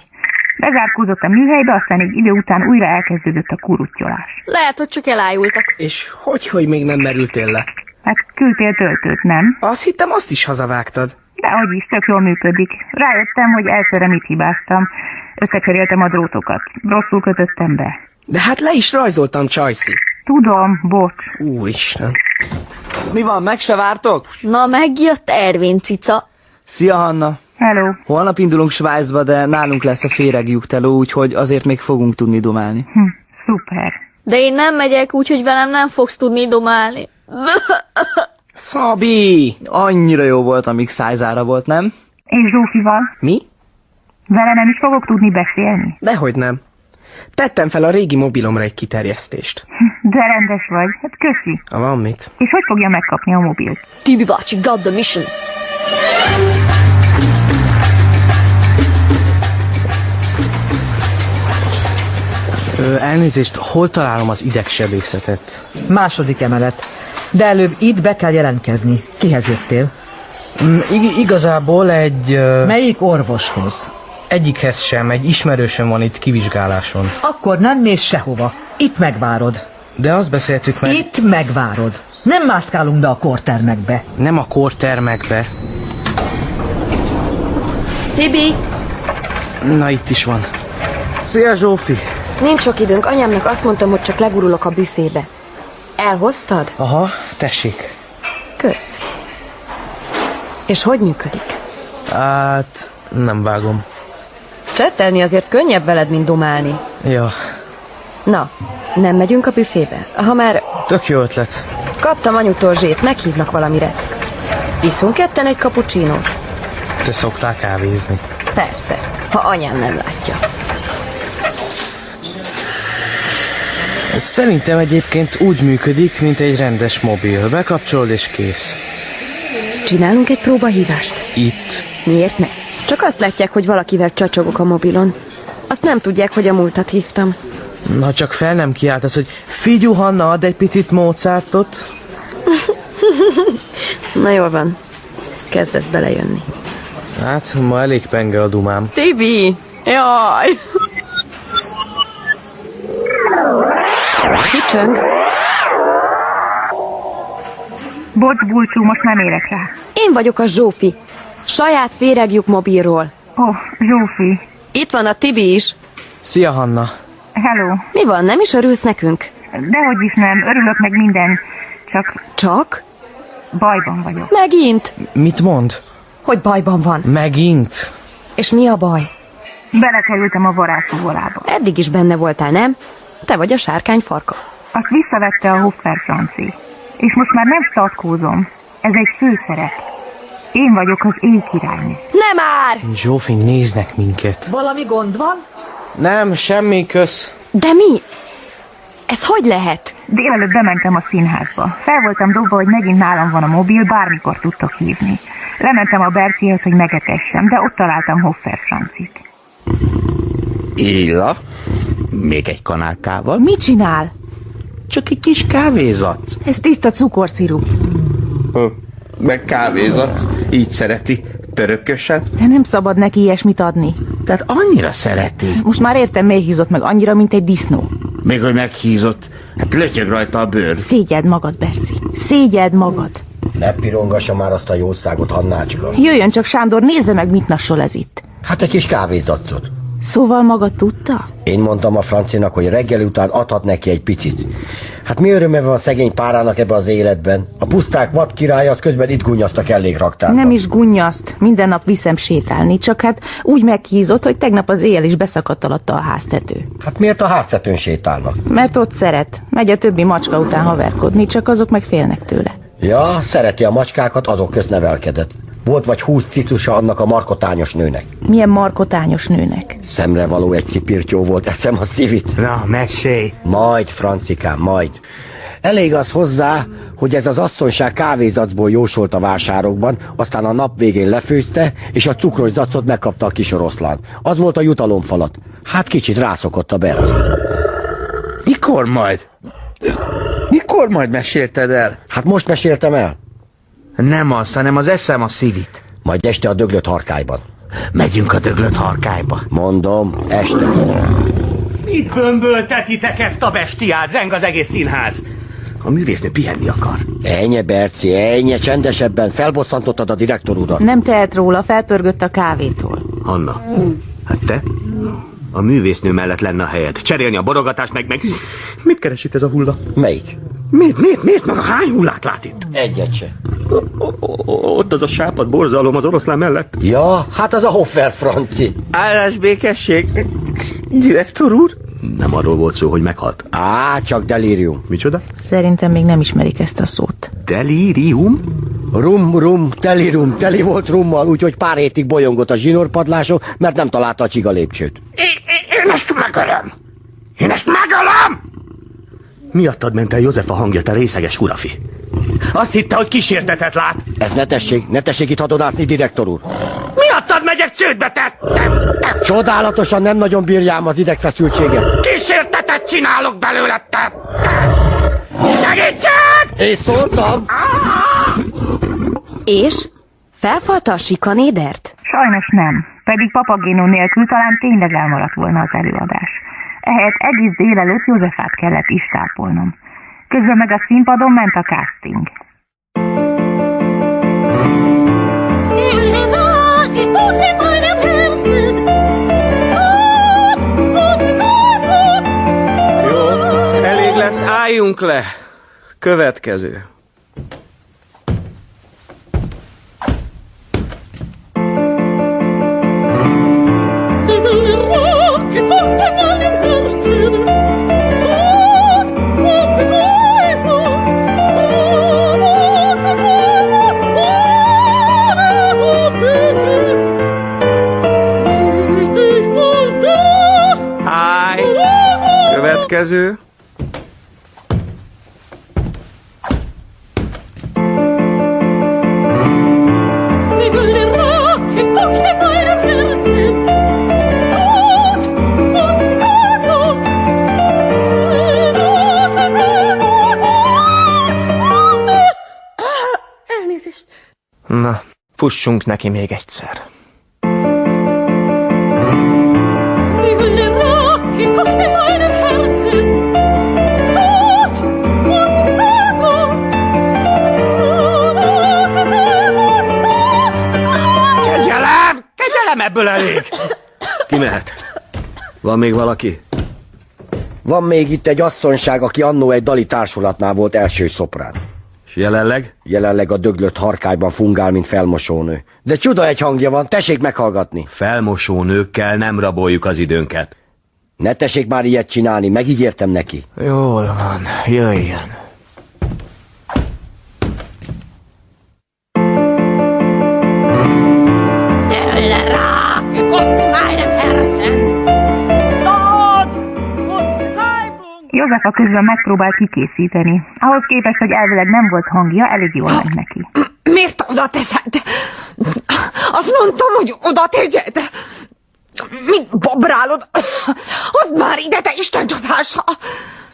[SPEAKER 8] Bezárkózott a műhelybe, aztán egy idő után újra elkezdődött a kuruttyolás.
[SPEAKER 23] Lehet, hogy csak elájultak.
[SPEAKER 6] És hogy, hogy még nem merültél le?
[SPEAKER 8] Hát küldtél töltőt, nem?
[SPEAKER 6] Azt hittem, azt is hazavágtad.
[SPEAKER 8] Dehogy is, tök jól működik. Rájöttem, hogy elsőre mit hibáztam. Összekeréltem a drótokat. Rosszul kötöttem be.
[SPEAKER 6] De hát le is rajzoltam, Csajci.
[SPEAKER 8] Tudom, bocs.
[SPEAKER 6] Úristen.
[SPEAKER 15] Mi van, meg se vártok?
[SPEAKER 23] Na, megjött Ervin cica.
[SPEAKER 15] Szia, Hanna!
[SPEAKER 8] Hello.
[SPEAKER 15] Holnap indulunk Svájcba, de nálunk lesz a féregjukteló, úgyhogy azért még fogunk tudni domálni.
[SPEAKER 8] Hm, szuper.
[SPEAKER 23] De én nem megyek, úgyhogy velem nem fogsz tudni domálni.
[SPEAKER 6] Szabi!
[SPEAKER 15] Annyira jó volt, amíg szájzára volt, nem?
[SPEAKER 8] És Zsófival?
[SPEAKER 6] Mi?
[SPEAKER 8] Vele nem is fogok tudni beszélni.
[SPEAKER 6] Dehogy nem. Tettem fel a régi mobilomra egy kiterjesztést.
[SPEAKER 8] De rendes vagy. Hát köszi.
[SPEAKER 6] Ha van mit.
[SPEAKER 8] És hogy fogja megkapni a mobilt?
[SPEAKER 23] Tibi bácsi, got the mission.
[SPEAKER 19] Ö, elnézést, hol találom az idegsebészetet?
[SPEAKER 10] Második emelet. De előbb itt be kell jelentkezni. Kihez jöttél?
[SPEAKER 19] Mm, ig- igazából egy... Ö...
[SPEAKER 10] Melyik orvoshoz?
[SPEAKER 19] Egyikhez sem, egy ismerősöm van itt kivizsgáláson.
[SPEAKER 10] Akkor nem mész sehova. Itt megvárod.
[SPEAKER 19] De azt beszéltük meg...
[SPEAKER 10] Itt megvárod. Nem mászkálunk be a kortermekbe.
[SPEAKER 19] Nem a kortermekbe.
[SPEAKER 23] Tibi,
[SPEAKER 19] Na, itt is van. Szia, Zsófi!
[SPEAKER 11] Nincs sok időnk, anyámnak azt mondtam, hogy csak legurulok a büfébe. Elhoztad?
[SPEAKER 19] Aha, tessék.
[SPEAKER 9] eszköz? És hogy működik?
[SPEAKER 19] Hát, nem vágom.
[SPEAKER 9] Csetelni azért könnyebb veled, mint domálni.
[SPEAKER 19] Ja,
[SPEAKER 9] Na, nem megyünk a büfébe. Ha már
[SPEAKER 19] tök jó ötlet.
[SPEAKER 9] kaptam anyutól zsét, meghívnak valamire. Iszunk ketten egy kapucsinót?
[SPEAKER 19] Te szoktál kávézni.
[SPEAKER 9] Persze, ha anyám nem látja.
[SPEAKER 19] Szerintem egyébként úgy működik, mint egy rendes mobil. Bekapcsolod és kész.
[SPEAKER 9] Csinálunk egy próbahívást?
[SPEAKER 19] Itt.
[SPEAKER 9] Miért ne? Csak azt látják, hogy valakivel csacsogok a mobilon. Azt nem tudják, hogy a múltat hívtam.
[SPEAKER 19] Na csak fel nem kiáltasz, hogy figyú Hanna, add egy picit Mozartot.
[SPEAKER 9] Na jól van. Kezdesz belejönni.
[SPEAKER 19] Hát, ma elég penge a dumám.
[SPEAKER 9] Tibi! Jaj! Kicsöng?
[SPEAKER 8] Bocs, Bulcsú, most nem érek rá.
[SPEAKER 9] Én vagyok a Zsófi. Saját féregjuk mobilról.
[SPEAKER 8] Ó, oh, Zsófi.
[SPEAKER 9] Itt van a Tibi is.
[SPEAKER 19] Szia, Hanna.
[SPEAKER 8] Hello.
[SPEAKER 9] Mi van, nem is örülsz nekünk?
[SPEAKER 8] Dehogy is nem, örülök meg minden. Csak...
[SPEAKER 9] Csak?
[SPEAKER 8] Bajban vagyok.
[SPEAKER 9] Megint?
[SPEAKER 19] Mit mond?
[SPEAKER 9] Hogy bajban van.
[SPEAKER 19] Megint?
[SPEAKER 9] És mi a baj?
[SPEAKER 8] Belekerültem a varázsúvolába.
[SPEAKER 9] Eddig is benne voltál, nem? Te vagy a sárkány farka.
[SPEAKER 8] Azt visszavette a Hoffer Franci. És most már nem tartkózom. Ez egy főszerep. Én vagyok az éj királynő.
[SPEAKER 9] Nem már!
[SPEAKER 19] Zsófi, néznek minket.
[SPEAKER 26] Valami gond van?
[SPEAKER 19] Nem, semmi, kösz.
[SPEAKER 9] De mi? Ez hogy lehet?
[SPEAKER 8] Délelőtt bementem a színházba. Fel voltam dobva, hogy megint nálam van a mobil, bármikor tudtok hívni. Lementem a Bertihez, hogy megetessem, de ott találtam Hoffer Francit.
[SPEAKER 25] Éla, még egy kanálkával?
[SPEAKER 2] Mit csinál?
[SPEAKER 25] Csak egy kis kávézat.
[SPEAKER 2] Ez tiszta cukorcirup.
[SPEAKER 25] Ö, Meg kávézat, így szereti, törökösen.
[SPEAKER 2] De nem szabad neki ilyesmit adni.
[SPEAKER 25] Tehát annyira szereti.
[SPEAKER 2] Most már értem, miért hízott meg annyira, mint egy disznó.
[SPEAKER 25] Még hogy meghízott, hát lötyög rajta a bőr.
[SPEAKER 2] Szégyed magad, Berci. Szégyed magad.
[SPEAKER 4] Ne pirongassa már azt a jószágot, Hannácska.
[SPEAKER 2] Jöjjön csak, Sándor, nézze meg, mit nassol ez itt.
[SPEAKER 4] Hát egy kis kávézacot.
[SPEAKER 2] Szóval maga tudta?
[SPEAKER 4] Én mondtam a francinak, hogy reggel után adhat neki egy picit. Hát mi öröme van a szegény párának ebbe az életben? A puszták vad királya, az közben itt gúnyaztak elég raktárban.
[SPEAKER 2] Nem is gunnyaszt, minden nap viszem sétálni, csak hát úgy meghízott, hogy tegnap az éjjel is beszakadt alatta a háztető.
[SPEAKER 4] Hát miért a háztetőn sétálnak?
[SPEAKER 2] Mert ott szeret, megy a többi macska után haverkodni, csak azok meg félnek tőle.
[SPEAKER 4] Ja, szereti a macskákat, azok közt nevelkedett. Volt vagy húsz cicusa annak a markotányos nőnek.
[SPEAKER 2] Milyen markotányos nőnek.
[SPEAKER 4] Szemre való egy cipirtyó volt, eszem a szívit.
[SPEAKER 25] Na, mesélj!
[SPEAKER 4] Majd, francikám, majd. Elég az hozzá, hogy ez az asszonyság kávézacból jósolt a vásárokban, aztán a nap végén lefőzte, és a cukros zacot megkapta a kis oroszlán. Az volt a jutalomfalat. Hát kicsit rászokott a Berci.
[SPEAKER 25] Mikor majd? Mikor majd mesélted el?
[SPEAKER 4] Hát most meséltem el.
[SPEAKER 25] Nem azt, hanem az eszem a szívit.
[SPEAKER 4] Majd este a döglött harkályban.
[SPEAKER 25] Megyünk a döglött harkályba.
[SPEAKER 4] Mondom, este.
[SPEAKER 27] Mit bömböltetitek ezt a bestiát? Zeng az egész színház.
[SPEAKER 25] A művésznő pihenni akar.
[SPEAKER 4] Ennyi, Berci, ennyi, csendesebben. Felbosszantottad a direktor urat.
[SPEAKER 2] Nem tehet róla, felpörgött a kávétól.
[SPEAKER 25] Anna, hát te? A művésznő mellett lenne a helyed. Cserélni a borogatást, meg meg... Mit keres itt ez a hulla?
[SPEAKER 4] Melyik?
[SPEAKER 25] Miért, miért, miért maga hány hullát lát itt?
[SPEAKER 4] Egyet se.
[SPEAKER 25] Ott az a sápad borzalom az oroszlán mellett.
[SPEAKER 4] Ja, hát az a Hoffer franci.
[SPEAKER 25] Állás békesség. Direktor úr? Nem arról volt szó, hogy meghalt.
[SPEAKER 4] Á, csak delírium.
[SPEAKER 25] Micsoda?
[SPEAKER 2] Szerintem még nem ismerik ezt a szót.
[SPEAKER 25] Delírium?
[SPEAKER 4] Rum, rum, teli rum, teli volt rummal, úgyhogy pár hétig bolyongott a zsinórpadláson, mert nem találta a csiga lépcsőt.
[SPEAKER 25] Én ezt megölöm! Én ezt megölöm! Miattad ment el József a hangja, te részeges hurafi. Azt hitte, hogy kísértetet lát.
[SPEAKER 4] Ez ne tessék, ne tessék itt hadonászni, direktor úr.
[SPEAKER 25] Miattad megyek csődbe, te! te, te.
[SPEAKER 4] Csodálatosan nem nagyon bírjám az idegfeszültséget.
[SPEAKER 25] Kísértetet csinálok belőle, te! te. Segítség!
[SPEAKER 4] És szóltam!
[SPEAKER 9] És? Felfalta a sikanédert?
[SPEAKER 8] Sajnos nem, pedig papagénó nélkül talán tényleg elmaradt volna az előadás. Ehelyett egész délelőtt Józsefát kellett is tápolnom. Közben meg a színpadon ment a casting.
[SPEAKER 19] Jó, elég lesz, álljunk le. Következő.
[SPEAKER 3] Következő.
[SPEAKER 18] Elnézést.
[SPEAKER 3] Na, fussunk neki még egyszer.
[SPEAKER 11] Kegyelem! Kegyelem ebből elég!
[SPEAKER 4] Ki mehet? Van még valaki? Van még itt egy asszonság, aki annó egy dali társulatnál volt első szoprán. És jelenleg? Jelenleg a döglött harkályban fungál, mint felmosónő. De csuda egy hangja van, tessék meghallgatni.
[SPEAKER 11] Felmosó nőkkel nem raboljuk az időnket.
[SPEAKER 4] Ne tessék már ilyet csinálni, megígértem neki.
[SPEAKER 11] Jól van, jöjjön.
[SPEAKER 18] Dölle rá! Gott meinem Herzen! Dort!
[SPEAKER 8] József a közben megpróbál kikészíteni. Ahhoz képest, hogy elvileg nem volt hangja, elég jól ment neki.
[SPEAKER 18] Miért oda teszed? Hát, Azt mondtam, hogy oda tegyed! Mint babrálod! Hozd már ide, te Isten csapása!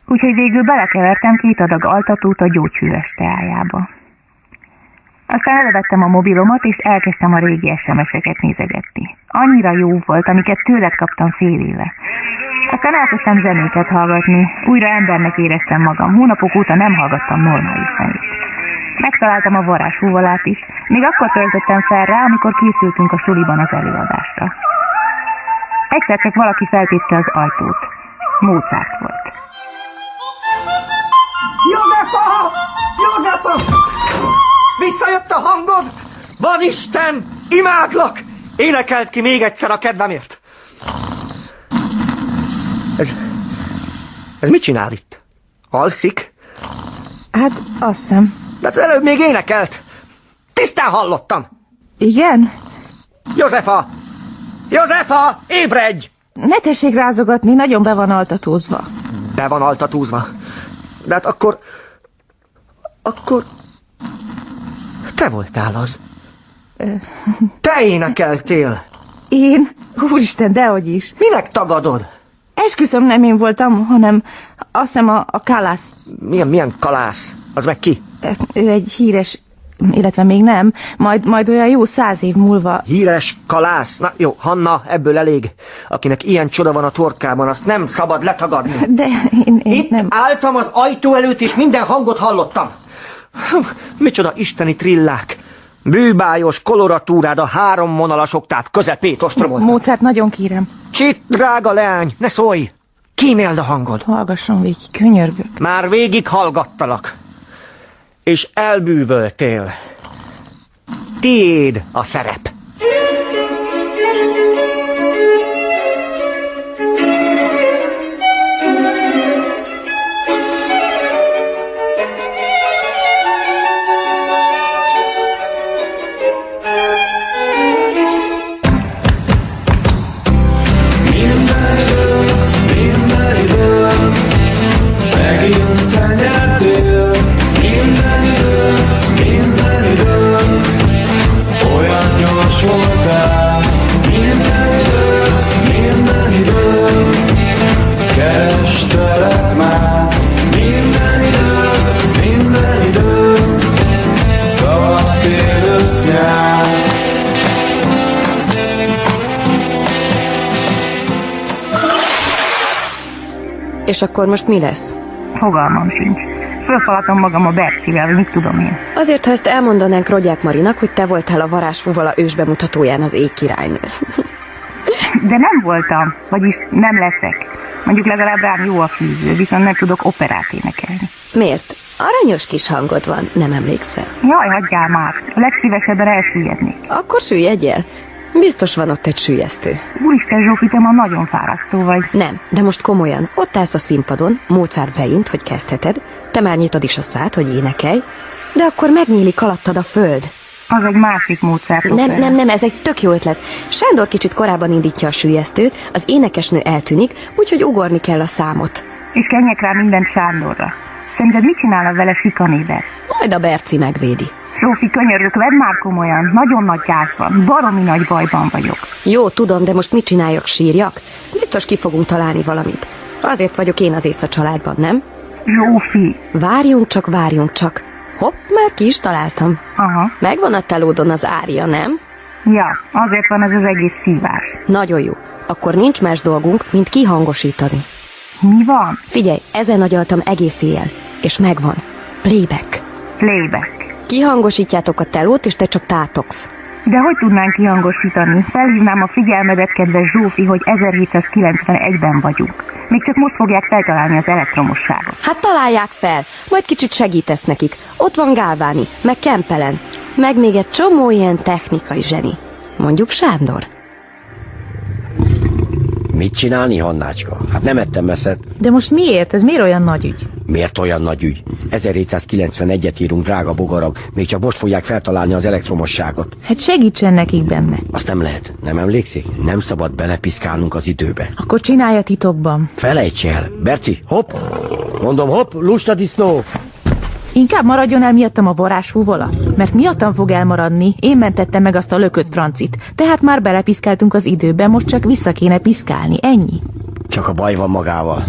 [SPEAKER 8] Úgyhogy végül belekevertem két adag altatót a gyógyhűves teájába. Aztán elővettem a mobilomat, és elkezdtem a régi SMS-eket nézegetni. Annyira jó volt, amiket tőled kaptam fél éve. Aztán elkezdtem zenéket hallgatni, újra embernek éreztem magam. Hónapok óta nem hallgattam normális zenét. Megtaláltam a varázsfúvalát is, még akkor töltöttem fel rá, amikor készültünk a suliban az előadásra. Egyszer csak valaki feltépte az ajtót. Mozart volt.
[SPEAKER 14] Józefa! Józefa!
[SPEAKER 3] Visszajött a hangod? Van Isten! Imádlak! Énekelt ki még egyszer a kedvemért! Ez... Ez mit csinál itt? Alszik?
[SPEAKER 2] Hát, azt hiszem.
[SPEAKER 3] De az előbb még énekelt! Tisztán hallottam!
[SPEAKER 2] Igen?
[SPEAKER 3] Józefa! Józefa! Ébredj!
[SPEAKER 2] Ne tessék rázogatni, nagyon be van altatózva.
[SPEAKER 3] Be van altatúzva. De hát akkor... Akkor... Te voltál az. Te énekeltél.
[SPEAKER 2] Én? Úristen, dehogy is.
[SPEAKER 3] Minek tagadod?
[SPEAKER 2] Esküszöm, nem én voltam, hanem azt hiszem a, a Kalász.
[SPEAKER 3] Milyen, milyen kalász? Az meg ki?
[SPEAKER 2] Ő egy híres, illetve még nem, majd, majd olyan jó száz év múlva.
[SPEAKER 3] Híres kalász. Na jó, Hanna, ebből elég. Akinek ilyen csoda van a torkában, azt nem szabad letagadni.
[SPEAKER 2] De én, én
[SPEAKER 3] Itt nem. álltam az ajtó előtt, és minden hangot hallottam. Hú, Micsoda isteni trillák! Bűbájos koloratúrád a három vonalas oktáv közepét ostromol.
[SPEAKER 2] Mozart, nagyon kérem.
[SPEAKER 3] Csit, drága leány, ne szólj! Kíméld a hangod!
[SPEAKER 2] Hallgasson végig, könyörgök.
[SPEAKER 3] Már végig hallgattalak. És elbűvöltél. Tiéd a szerep.
[SPEAKER 5] Minden idők, megint te nyertél. Minden idők, minden idők, olyan gyors voltál. Minden idők, minden idők, kerestelek már. Minden idők, minden idők, tavasz, tél, ősz, nyár.
[SPEAKER 9] És akkor most mi lesz?
[SPEAKER 8] Fogalmam sincs. Fölfalatom magam a Bercivel, vagy mit tudom én.
[SPEAKER 9] Azért, ha ezt elmondanánk Rogyák Marinak, hogy te voltál a varázsfúvala ősbemutatóján az ég királynő.
[SPEAKER 8] De nem voltam, vagyis nem leszek. Mondjuk legalább rám jó a fűző, viszont nem tudok operát énekelni.
[SPEAKER 9] Miért? Aranyos kis hangod van, nem emlékszel.
[SPEAKER 8] Jaj, hagyjál már! A legszívesebben elsüllyednék.
[SPEAKER 9] Akkor süllyedj el. Biztos van ott egy sülyeztő.
[SPEAKER 8] Úristen Zsófi, te ma nagyon fárasztó vagy.
[SPEAKER 9] Nem, de most komolyan. Ott állsz a színpadon, Mozart beint, hogy kezdheted, te már nyitod is a szát, hogy énekelj, de akkor megnyílik alattad a föld.
[SPEAKER 8] Az egy másik módszer.
[SPEAKER 9] Nem, nem, nem, ez egy tök jó ötlet. Sándor kicsit korábban indítja a sülyeztőt, az énekesnő eltűnik, úgyhogy ugorni kell a számot.
[SPEAKER 8] és kenyek rá mindent Sándorra. Szerinted mit csinálna vele sikanéber?
[SPEAKER 9] Majd a Berci megvédi.
[SPEAKER 8] Zsófi, könyörgök, vedd már komolyan. Nagyon nagy gáz van. Baromi nagy bajban vagyok.
[SPEAKER 9] Jó, tudom, de most mit csináljak, sírjak? Biztos ki fogunk találni valamit. Azért vagyok én az ész a családban, nem?
[SPEAKER 8] Zsófi!
[SPEAKER 9] Várjunk csak, várjunk csak. Hopp, már ki is találtam.
[SPEAKER 8] Aha.
[SPEAKER 9] Megvan a telódon az ária, nem?
[SPEAKER 8] Ja, azért van ez az egész szívás.
[SPEAKER 9] Nagyon jó. Akkor nincs más dolgunk, mint kihangosítani.
[SPEAKER 8] Mi van?
[SPEAKER 9] Figyelj, ezen agyaltam egész éjjel. És megvan. Playback.
[SPEAKER 8] Playback.
[SPEAKER 9] Kihangosítjátok a telót, és te csak tátogsz.
[SPEAKER 8] De hogy tudnánk kihangosítani? Felhívnám a figyelmedet, kedves Zsófi, hogy 1791-ben vagyunk. Még csak most fogják feltalálni az elektromosságot.
[SPEAKER 9] Hát találják fel, majd kicsit segítesz nekik. Ott van Gálváni, meg Kempelen, meg még egy csomó ilyen technikai zseni. Mondjuk Sándor.
[SPEAKER 4] Mit csinálni, Hannácska? Hát nem ettem messzet.
[SPEAKER 2] De most miért? Ez miért olyan nagy ügy?
[SPEAKER 4] Miért olyan nagy ügy? 1791-et írunk, drága bogaram. Még csak most fogják feltalálni az elektromosságot.
[SPEAKER 2] Hát segítsen nekik benne.
[SPEAKER 4] Azt nem lehet. Nem emlékszik? Nem szabad belepiszkálnunk az időbe.
[SPEAKER 2] Akkor csinálja titokban.
[SPEAKER 4] Felejts el. Berci, hopp! Mondom, hopp, lusta disznó!
[SPEAKER 2] Inkább maradjon el miattam a varázsfúvola, mert miattam fog elmaradni, én mentettem meg azt a lökött francit. Tehát már belepiszkáltunk az időbe, most csak vissza kéne piszkálni, ennyi.
[SPEAKER 4] Csak a baj van magával.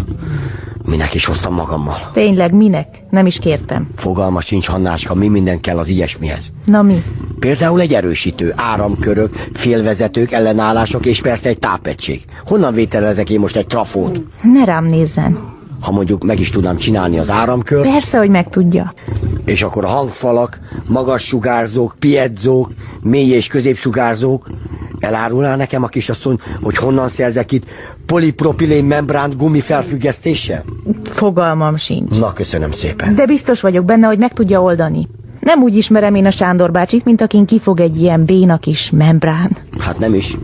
[SPEAKER 4] Minek is hoztam magammal.
[SPEAKER 2] Tényleg, minek? Nem is kértem.
[SPEAKER 4] Fogalma sincs, Hannácska, mi minden kell az ilyesmihez.
[SPEAKER 2] Na mi?
[SPEAKER 4] Például egy erősítő, áramkörök, félvezetők, ellenállások és persze egy tápegység. Honnan vételezek én most egy trafót?
[SPEAKER 2] Ne rám nézzen.
[SPEAKER 4] Ha mondjuk meg is tudnám csinálni az áramkör,
[SPEAKER 2] Persze, hogy megtudja.
[SPEAKER 4] és akkor a hangfalak, magas sugárzók, piedzók, mély és középsugárzók. Elárulná nekem a kisasszony, hogy honnan szerzek itt polipropilén membránt gumifelfüggesztéssel?
[SPEAKER 2] Fogalmam sincs.
[SPEAKER 4] Na, köszönöm szépen.
[SPEAKER 2] De biztos vagyok benne, hogy meg tudja oldani. Nem úgy ismerem én a Sándor bácsit, mint akin kifog egy ilyen béna kis membrán.
[SPEAKER 4] Hát nem is.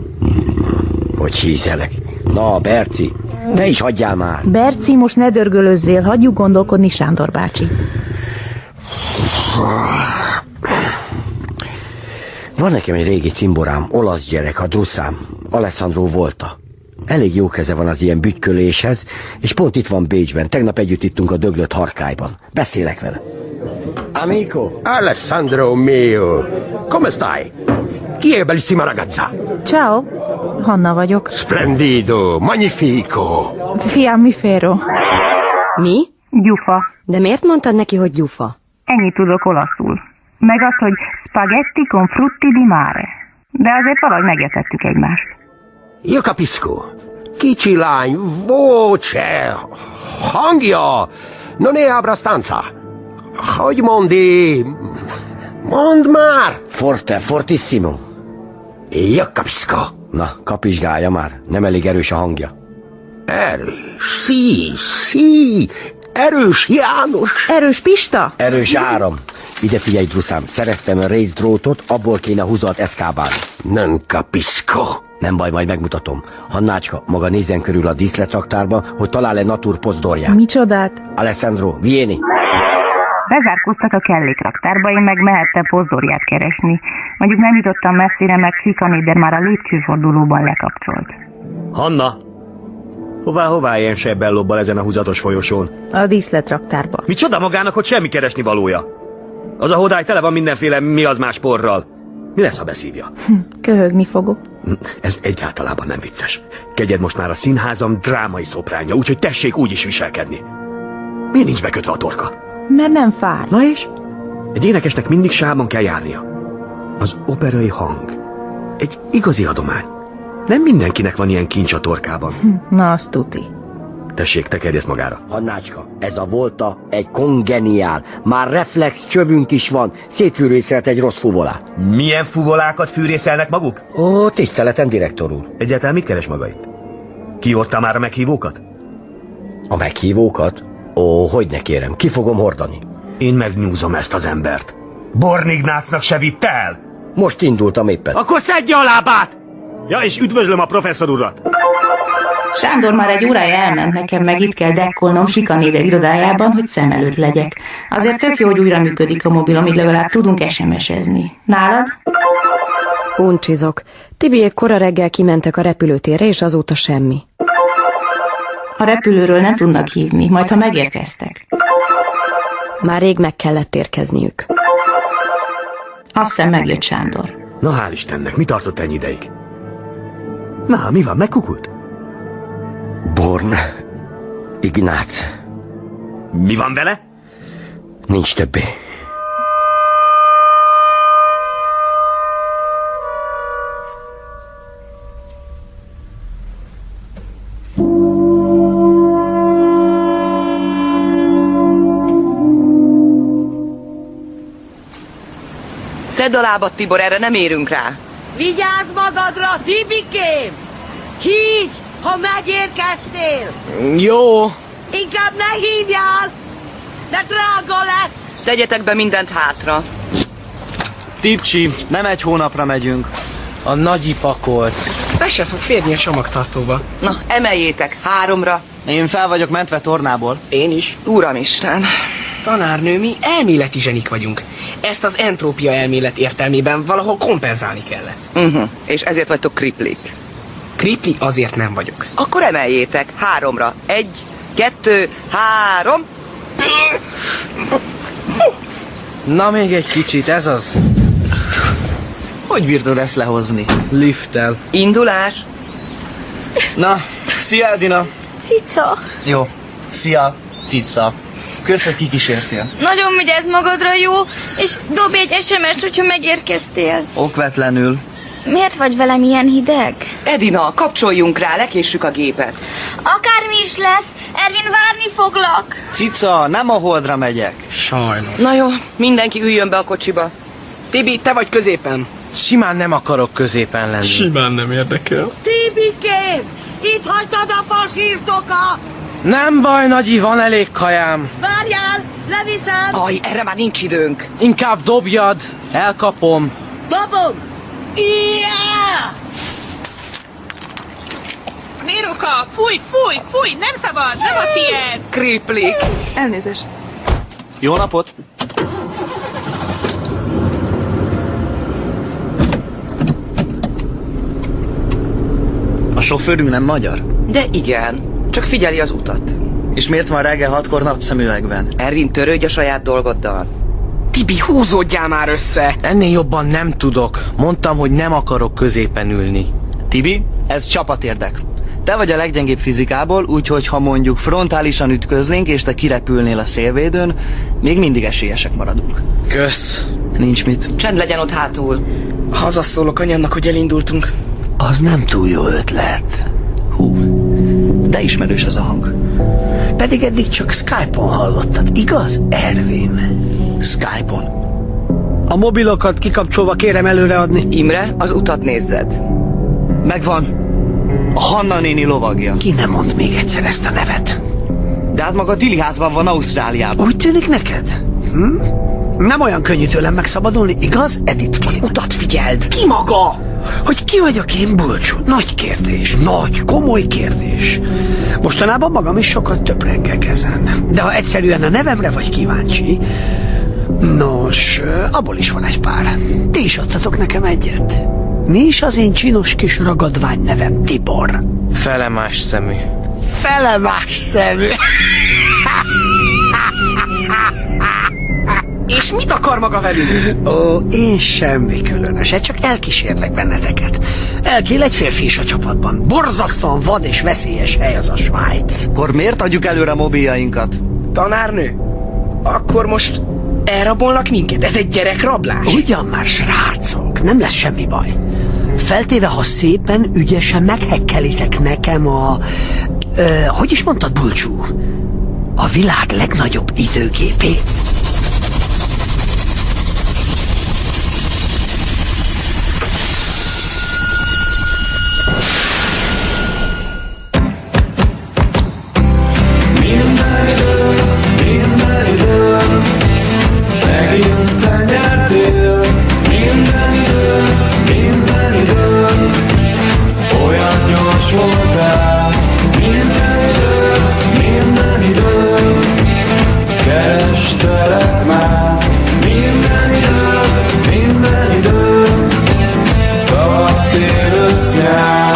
[SPEAKER 4] Hogy hízelek. Na, Berci, ne is hagyjál már.
[SPEAKER 2] Berci, most ne dörgölözzél, hagyjuk gondolkodni Sándor bácsi.
[SPEAKER 4] Van nekem egy régi cimborám, olasz gyerek, a drusszám, Alessandro Volta. Elég jó keze van az ilyen bütyköléshez, és pont itt van Bécsben. Tegnap együtt ittunk a döglött harkályban. Beszélek vele. Amico.
[SPEAKER 1] Alessandro mio. Come stai? Chi è bellissima ragazza?
[SPEAKER 2] Ciao, Hanna vagyok.
[SPEAKER 1] Splendido, magnifico.
[SPEAKER 2] Fiam, mi féro?
[SPEAKER 9] Mi?
[SPEAKER 8] Gyufa.
[SPEAKER 9] De miért mondtad neki, hogy gyufa?
[SPEAKER 8] Ennyit tudok olaszul. Meg azt, hogy spaghetti con frutti di mare. De azért valahogy megértettük egymást.
[SPEAKER 1] Io capisco. Kicsi lány, voce, hangja, non è abbastanza. Hogy mondi? Mondd már!
[SPEAKER 4] Forte, fortissimo.
[SPEAKER 1] Io capisco.
[SPEAKER 4] Na, kapizsgálja már. Nem elég erős a hangja.
[SPEAKER 1] Erős, sí, sí, erős János.
[SPEAKER 2] Erős Pista?
[SPEAKER 4] Erős áram. Ide figyelj, Druszám, szereztem a részdrótot, abból kéne húzat eszkábálni.
[SPEAKER 1] Nem kapiszko.
[SPEAKER 4] Nem baj, majd megmutatom. Hannácska, maga nézzen körül a díszletraktárba, hogy talál-e natur pozdorját.
[SPEAKER 2] Micsodát?
[SPEAKER 4] Alessandro, Vieni.
[SPEAKER 8] Bezárkóztak a kellékraktárba, én meg mehettem pozdorját keresni. Mondjuk nem jutottam messzire, mert sikanéder már a lépcsőfordulóban lekapcsolt.
[SPEAKER 11] Hanna! Hová, hová ilyen sebben lobbal ezen a húzatos folyosón?
[SPEAKER 2] A díszletraktárba.
[SPEAKER 11] Micsoda magának, hogy semmi keresni valója? Az a hodály tele van mindenféle mi az más porral. Mi lesz, ha beszívja?
[SPEAKER 2] Hm, Köhögni fogok.
[SPEAKER 11] Ez egyáltalában nem vicces. Kegyed most már a színházam drámai szopránja, úgyhogy tessék úgy is viselkedni. Miért nincs bekötve a torka?
[SPEAKER 2] Mert nem fáj.
[SPEAKER 11] Na és? Egy énekesnek mindig sávon kell járnia. Az operai hang. Egy igazi adomány. Nem mindenkinek van ilyen kincs a torkában.
[SPEAKER 2] Na, azt tuti.
[SPEAKER 11] Tessék, tekerj ezt magára.
[SPEAKER 4] Hannácska, ez a volta egy kongeniál. Már reflex csövünk is van. Szétfűrészelt egy rossz fuvolát.
[SPEAKER 11] Milyen fuvolákat fűrészelnek maguk?
[SPEAKER 4] Ó, tiszteletem, direktor úr.
[SPEAKER 11] Egyáltalán mit keres maga itt? Kiordta már a meghívókat?
[SPEAKER 4] A meghívókat? Ó, hogy ne kérem, ki fogom hordani.
[SPEAKER 11] Én megnyúzom ezt az embert. Bornignácnak se vitt el!
[SPEAKER 4] Most indultam éppen.
[SPEAKER 11] Akkor szedje a lábát! Ja, és üdvözlöm a professzor urat!
[SPEAKER 2] Sándor már egy órája elment, nekem meg itt kell dekkolnom sikanéder irodájában, hogy szem előtt legyek. Azért tök jó, hogy újra működik a mobilom, így legalább tudunk SMS-ezni. Nálad?
[SPEAKER 9] Uncsizok. Tibiék kora reggel kimentek a repülőtérre, és azóta semmi. A repülőről nem tudnak hívni, majd ha megérkeztek.
[SPEAKER 28] Már rég meg kellett érkezniük.
[SPEAKER 9] Azt hiszem megjött Sándor.
[SPEAKER 25] Na hál' Istennek, mi tartott ennyi ideig? Na, mi van, megkukult?
[SPEAKER 4] Born, Ignác,
[SPEAKER 25] Mi van vele?
[SPEAKER 4] nincs többé.
[SPEAKER 24] Szedd a lábad, Tibor, erre nem érünk rá.
[SPEAKER 11] Vigyázz magadra, Tibikém! Hívj, ha megérkeztél!
[SPEAKER 19] Jó,
[SPEAKER 11] Inkább ne hívjál, de drága lesz!
[SPEAKER 24] Tegyetek be mindent hátra.
[SPEAKER 19] Tipcsi, nem egy hónapra megyünk. A nagyi pakolt.
[SPEAKER 6] Be se fog férni a csomagtartóba.
[SPEAKER 24] Na, emeljétek háromra.
[SPEAKER 19] Én fel vagyok mentve tornából.
[SPEAKER 6] Én is.
[SPEAKER 24] Uramisten.
[SPEAKER 6] Tanárnő, mi elméleti zsenik vagyunk. Ezt az entrópia elmélet értelmében valahol kompenzálni kellett.
[SPEAKER 3] Mhm.
[SPEAKER 24] Uh-huh. És ezért vagytok kriplik.
[SPEAKER 6] Kripli azért nem vagyok.
[SPEAKER 24] Akkor emeljétek háromra. Egy, kettő, három.
[SPEAKER 19] Na még egy kicsit, ez az. Hogy bírtad ezt lehozni? Lifttel.
[SPEAKER 24] Indulás.
[SPEAKER 19] Na, szia Edina.
[SPEAKER 29] Cica,
[SPEAKER 19] Jó. Szia, cica. Kösz, hogy kikísértél.
[SPEAKER 12] Nagyon vigyázz magadra, jó? És dobj egy SMS-t, hogyha megérkeztél.
[SPEAKER 19] Okvetlenül.
[SPEAKER 29] Miért vagy velem ilyen hideg?
[SPEAKER 24] Edina, kapcsoljunk rá, lekéssük a gépet.
[SPEAKER 12] Akármi is lesz, Ervin várni foglak.
[SPEAKER 19] Cica, nem a holdra megyek. Sajnos.
[SPEAKER 24] Na jó, mindenki üljön be a kocsiba.
[SPEAKER 6] Tibi, te vagy középen.
[SPEAKER 19] Simán nem akarok középen lenni. Simán nem érdekel.
[SPEAKER 11] Tibikém, itt hagytad a fasírtokat!
[SPEAKER 19] Nem baj, Nagyi, van elég kajám.
[SPEAKER 11] Várjál, leviszem!
[SPEAKER 24] Aj, erre már nincs időnk.
[SPEAKER 19] Inkább dobjad, elkapom.
[SPEAKER 11] Dobom! Yeah!
[SPEAKER 2] Néruka, fúj, fúj, fúj, nem szabad, nem a tiéd!
[SPEAKER 24] Kriplik.
[SPEAKER 2] Elnézést.
[SPEAKER 19] Jó napot! A sofőrünk nem magyar?
[SPEAKER 24] De igen, csak figyeli az utat.
[SPEAKER 19] És miért van reggel hatkor napszemüvegben?
[SPEAKER 24] Ervin, törődj a saját dolgoddal.
[SPEAKER 6] Tibi, húzódjál már össze!
[SPEAKER 19] Ennél jobban nem tudok. Mondtam, hogy nem akarok középen ülni.
[SPEAKER 15] Tibi, ez csapatérdek. Te vagy a leggyengébb fizikából, úgyhogy ha mondjuk frontálisan ütköznénk, és te kirepülnél a szélvédőn, még mindig esélyesek maradunk.
[SPEAKER 19] Kösz.
[SPEAKER 15] Nincs mit.
[SPEAKER 24] Csend legyen ott hátul.
[SPEAKER 6] Hazaszólok anyámnak, hogy elindultunk.
[SPEAKER 15] Az nem túl jó ötlet. Hú, de ismerős ez a hang. Pedig eddig csak Skype-on hallottad, igaz, Ervin? Skype-on?
[SPEAKER 30] A mobilokat kikapcsolva kérem előreadni.
[SPEAKER 24] Imre, az utat nézzed.
[SPEAKER 15] Megvan. A Hanna néni lovagja.
[SPEAKER 31] Ki nem mond még egyszer ezt a nevet?
[SPEAKER 15] De hát maga Tiliházban van Ausztráliában.
[SPEAKER 30] Úgy tűnik neked? Hm? Nem olyan könnyű tőlem megszabadulni, igaz, Edith? Az utat figyeld! Ki maga? Hogy ki vagyok én, Bulcsú? Nagy kérdés, nagy, komoly kérdés. Mostanában magam is sokat töprengek ezen. De ha egyszerűen a nevemre vagy kíváncsi, nos, abból is van egy pár. Ti is adtatok nekem egyet. Mi is az én csinos kis ragadvány nevem, Tibor?
[SPEAKER 19] Felemás szemű.
[SPEAKER 30] Felemás szemű.
[SPEAKER 6] És mit akar maga velünk?
[SPEAKER 30] Ó, én semmi különöset, csak elkísérlek benneteket. Elkél egy férfi is a csapatban. Borzasztóan vad és veszélyes hely az a Svájc.
[SPEAKER 15] Akkor miért adjuk előre a mobiljainkat?
[SPEAKER 6] Tanárnő, akkor most elrabolnak minket? Ez egy gyerekrablás?
[SPEAKER 30] Ugyan már, srácok, nem lesz semmi baj. Feltéve, ha szépen, ügyesen meghekkelitek nekem a... Ö, hogy is mondtad, Bulcsú? A világ legnagyobb időgépét.
[SPEAKER 5] Minden idők, megint te nyertél. Minden idők, minden idők, olyan gyors voltál. Minden idők, minden idők, kerestelek már. Minden idők, minden idők, tavasz, tél, ősz, nyár.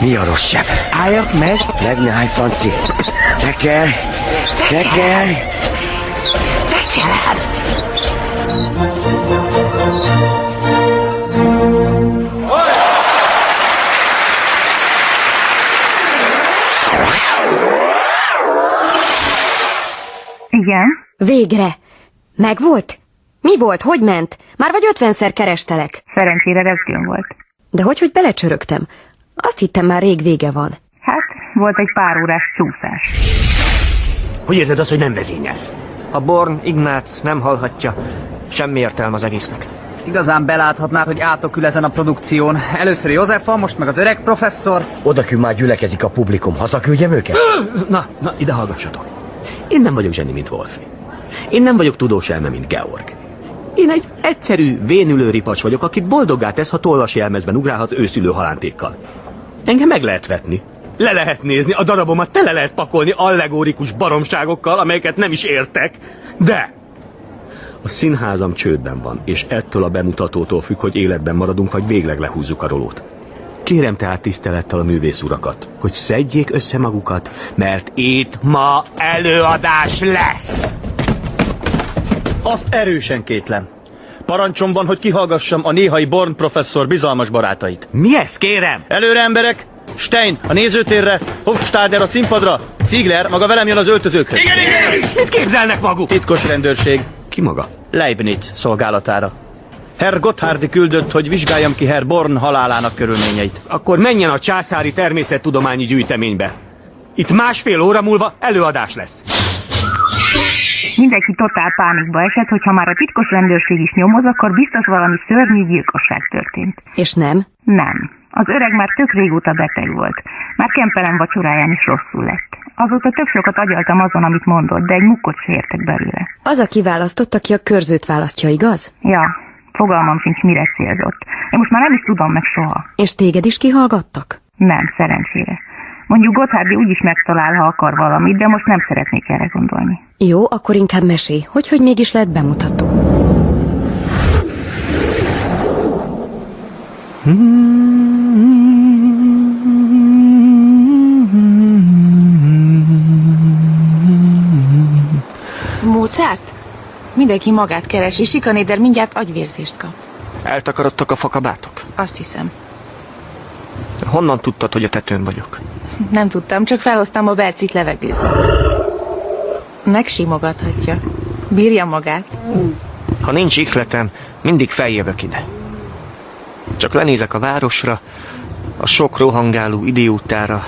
[SPEAKER 4] Mi a rossz seb? Álljak meg! Megnehaj, Franci! Teker! Teker!
[SPEAKER 5] Teker!
[SPEAKER 9] Igen? Végre! Megvolt? Mi volt? Hogy ment? Már vagy ötvenszer kerestelek.
[SPEAKER 8] Szerencsére rezgőn volt.
[SPEAKER 9] De hogy, hogy belecsörögtem? Azt hittem már rég vége van.
[SPEAKER 8] Hát, volt egy pár órás csúszás.
[SPEAKER 3] Hogy érted azt, hogy nem vezényelsz? A Born Ignác nem hallhatja. Semmi értelme az egésznek.
[SPEAKER 7] Igazán beláthatnád, hogy átokül ezen a produkción. Először Józefa, most meg az öreg professzor.
[SPEAKER 4] Odakül már gyülekezik a publikum. Hazaküldjem őket?
[SPEAKER 25] Na, na, ide hallgassatok. Én nem vagyok zseni, mint Wolfi. Én nem vagyok tudós elme, mint Georg. Én egy egyszerű, vénülő ripacs vagyok, akit boldoggá tesz, ha tollas jelmezben ugrálhat őszülő halántékkal. Engem meg lehet vetni. Le lehet nézni, a darabomat tele lehet pakolni allegórikus baromságokkal, amelyeket nem is értek. De a színházam csődben van, és ettől a bemutatótól függ, hogy életben maradunk, vagy végleg lehúzzuk a rolót. Kérem tehát tisztelettel a művész urakat, hogy szedjék össze magukat, mert itt ma előadás lesz!
[SPEAKER 16] Azt erősen kétlem. Parancsom van, hogy kihallgassam a néhai Born professzor bizalmas barátait.
[SPEAKER 25] Mi ez, kérem?
[SPEAKER 16] Előre, emberek! Stein a nézőtérre, Hofstader a színpadra, Ziegler maga velem jön az öltözőkhöz. Igen,
[SPEAKER 25] igen! Mit képzelnek maguk?
[SPEAKER 16] Titkos rendőrség.
[SPEAKER 25] Ki maga?
[SPEAKER 16] Leibniz szolgálatára. Herr Gotthardi küldött, hogy vizsgáljam ki Herr Born halálának körülményeit.
[SPEAKER 25] Akkor menjen a császári természettudományi gyűjteménybe. Itt másfél óra múlva előadás lesz.
[SPEAKER 8] Mindenki totál pánikba esett, hogy ha már a titkos rendőrség is nyomoz, akkor biztos valami szörnyű gyilkosság történt.
[SPEAKER 9] És nem?
[SPEAKER 8] Nem. Az öreg már tök régóta beteg volt. Már kempelen vacsoráján is rosszul lett. Azóta tök sokat agyaltam azon, amit mondott, de egy mukkot se értek belőle.
[SPEAKER 9] Az a kiválasztott, aki a körzőt választja, igaz?
[SPEAKER 8] Ja, fogalmam sincs, mire célzott. Én most már nem is tudom meg soha.
[SPEAKER 9] És téged is kihallgattak?
[SPEAKER 8] Nem, szerencsére. Mondjuk Gotthárdi úgyis megtalál, ha akar valamit, de most nem szeretnék erre gondolni.
[SPEAKER 9] Jó, akkor inkább mesélj, hogy hogy mégis lett bemutató.
[SPEAKER 2] Mozart? Mindenki magát keresi, sikanéder mindjárt agyvérzést kap.
[SPEAKER 3] Eltakarodtak a fakabátok?
[SPEAKER 2] Azt hiszem.
[SPEAKER 3] Honnan tudtad, hogy a tetőn vagyok?
[SPEAKER 2] Nem tudtam, csak felhoztam a bercit levegőzni. Megsimogathatja. Bírja magát.
[SPEAKER 3] Ha nincs ihletem, mindig feljövök ide. Csak lenézek a városra, a sok rohangáló idiótára,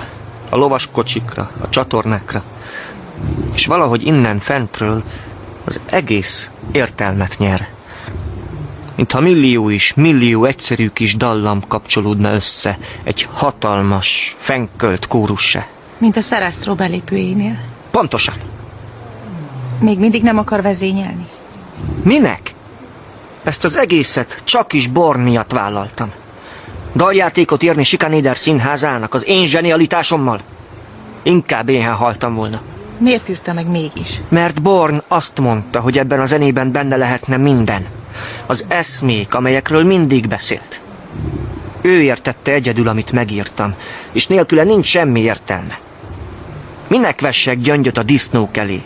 [SPEAKER 3] a lovaskocsikra, a csatornákra, és valahogy innen fentről az egész értelmet nyer. Mintha millió és millió egyszerű kis dallam kapcsolódna össze egy hatalmas, fenkölt kórussá.
[SPEAKER 2] Mint a szeresztró belépőjénél.
[SPEAKER 3] Pontosan.
[SPEAKER 2] Még mindig nem akar vezényelni.
[SPEAKER 3] Minek? Ezt az egészet csak is Born miatt vállaltam. Daljátékot írni Sikanéder színházának az én zsenialitásommal? Inkább éhen haltam volna.
[SPEAKER 2] Miért írta meg mégis?
[SPEAKER 3] Mert Born azt mondta, hogy ebben a zenében benne lehetne minden. Az eszmék, amelyekről mindig beszélt. Ő értette egyedül, amit megírtam, és nélküle nincs semmi értelme. Minek vessek gyöngyöt a disznók elé?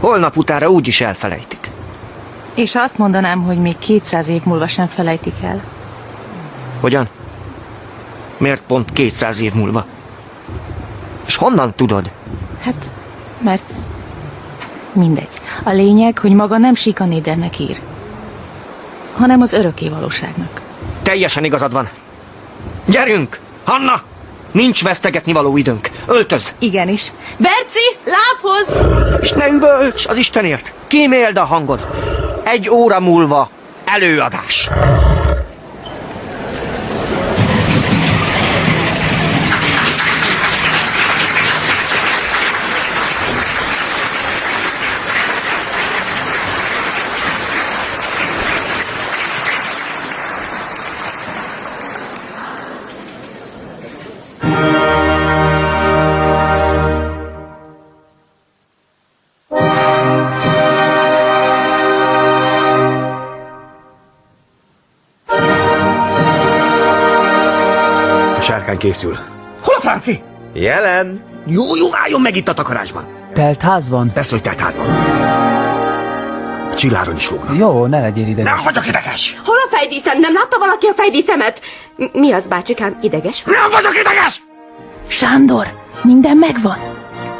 [SPEAKER 3] Holnap utára úgy is elfelejtik.
[SPEAKER 2] És ha azt mondanám, hogy még 200 év múlva sem felejtik el.
[SPEAKER 3] Hogyan? Miért pont 200 év múlva? És honnan tudod?
[SPEAKER 2] Hát, mert mindegy. A lényeg, hogy maga nem sikanédernek ír, hanem az örökké valóságnak.
[SPEAKER 3] Teljesen igazad van. Gyerünk! Hanna! Nincs vesztegetni való időnk. Öltöz!
[SPEAKER 2] Igenis. Berci, lábhoz!
[SPEAKER 3] És ne üvölts az Istenért! Kíméld a hangod! Egy óra múlva előadás!
[SPEAKER 25] A sárkány készül.
[SPEAKER 11] Franci! Jelen! Jó, jó, álljon meg itt a takarásban!
[SPEAKER 14] Telt ház van?
[SPEAKER 11] Persze, hogy teltház van. A csilláron is lógnak.
[SPEAKER 14] Jó, ne legyél ideges.
[SPEAKER 11] Nem vagyok ideges!
[SPEAKER 17] Hol a fejdíszem? Nem látta valaki a fejdíszemet? M- mi az, bácsikám? Ideges?
[SPEAKER 11] Nem vagyok ideges!
[SPEAKER 10] Sándor, minden megvan.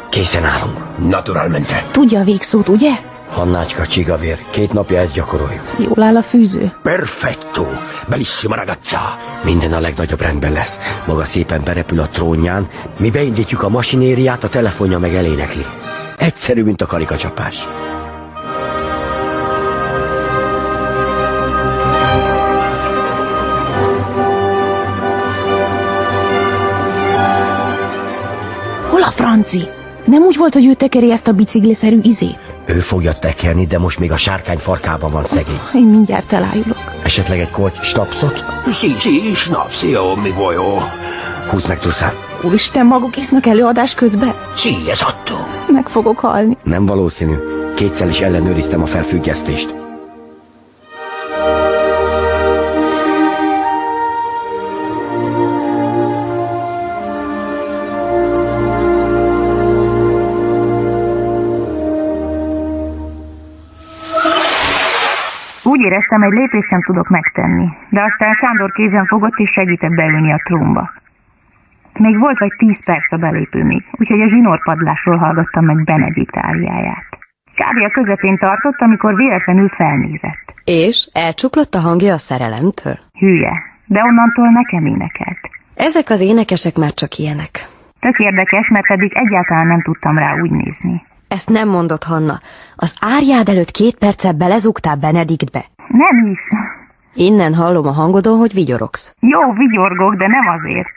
[SPEAKER 4] Készen állunk. Naturalmente.
[SPEAKER 10] Tudja a végszót, ugye?
[SPEAKER 4] Hannácska csigavér, két napja ezt gyakoroljuk.
[SPEAKER 10] Jól áll a fűző.
[SPEAKER 4] Perfetto! Bellissima ragazza! Minden a legnagyobb rendben lesz. Maga szépen berepül a trónján, mi beindítjuk a masinériát, a telefonja meg elénekli. Egyszerű, mint a karikacsapás.
[SPEAKER 10] Hol a franci? Nem úgy volt, hogy ő tekeri ezt a bicikliszerű izét?
[SPEAKER 4] Ő fogja tekerni, de most még a sárkány farkában van szegény.
[SPEAKER 10] Én mindjárt elájulok.
[SPEAKER 4] Esetleg egy korty snapszot?
[SPEAKER 1] Si, si, snaps, jó, mi vojo.
[SPEAKER 4] Húzd meg, Truszán.
[SPEAKER 10] Úristen, maguk isznak előadás közben?
[SPEAKER 4] Si, ez a...
[SPEAKER 10] Meg fogok halni.
[SPEAKER 4] Nem valószínű. Kétszer is ellenőriztem a felfüggesztést.
[SPEAKER 8] Úgy éreztem, egy lépést sem tudok megtenni, de aztán Sándor kézen fogott és segített beülni a trónba. Még volt vagy tíz perc a belépőmig, úgyhogy a zsinórpadlásról hallgattam meg Benedikt áriáját. Kávé a közepén tartott, amikor véletlenül felnézett.
[SPEAKER 9] És elcsuklott a hangja a szerelemtől.
[SPEAKER 8] Hülye, de onnantól nekem énekelt.
[SPEAKER 9] Ezek az énekesek már csak ilyenek.
[SPEAKER 8] Tök érdekes, mert pedig egyáltalán nem tudtam rá úgy nézni.
[SPEAKER 9] Ezt nem mondott Hanna. Az árjád előtt két perccel belezugtál Benediktbe.
[SPEAKER 8] Nem is.
[SPEAKER 9] Innen hallom a hangodon, hogy vigyorogsz.
[SPEAKER 8] Jó, vigyorgok, de nem azért.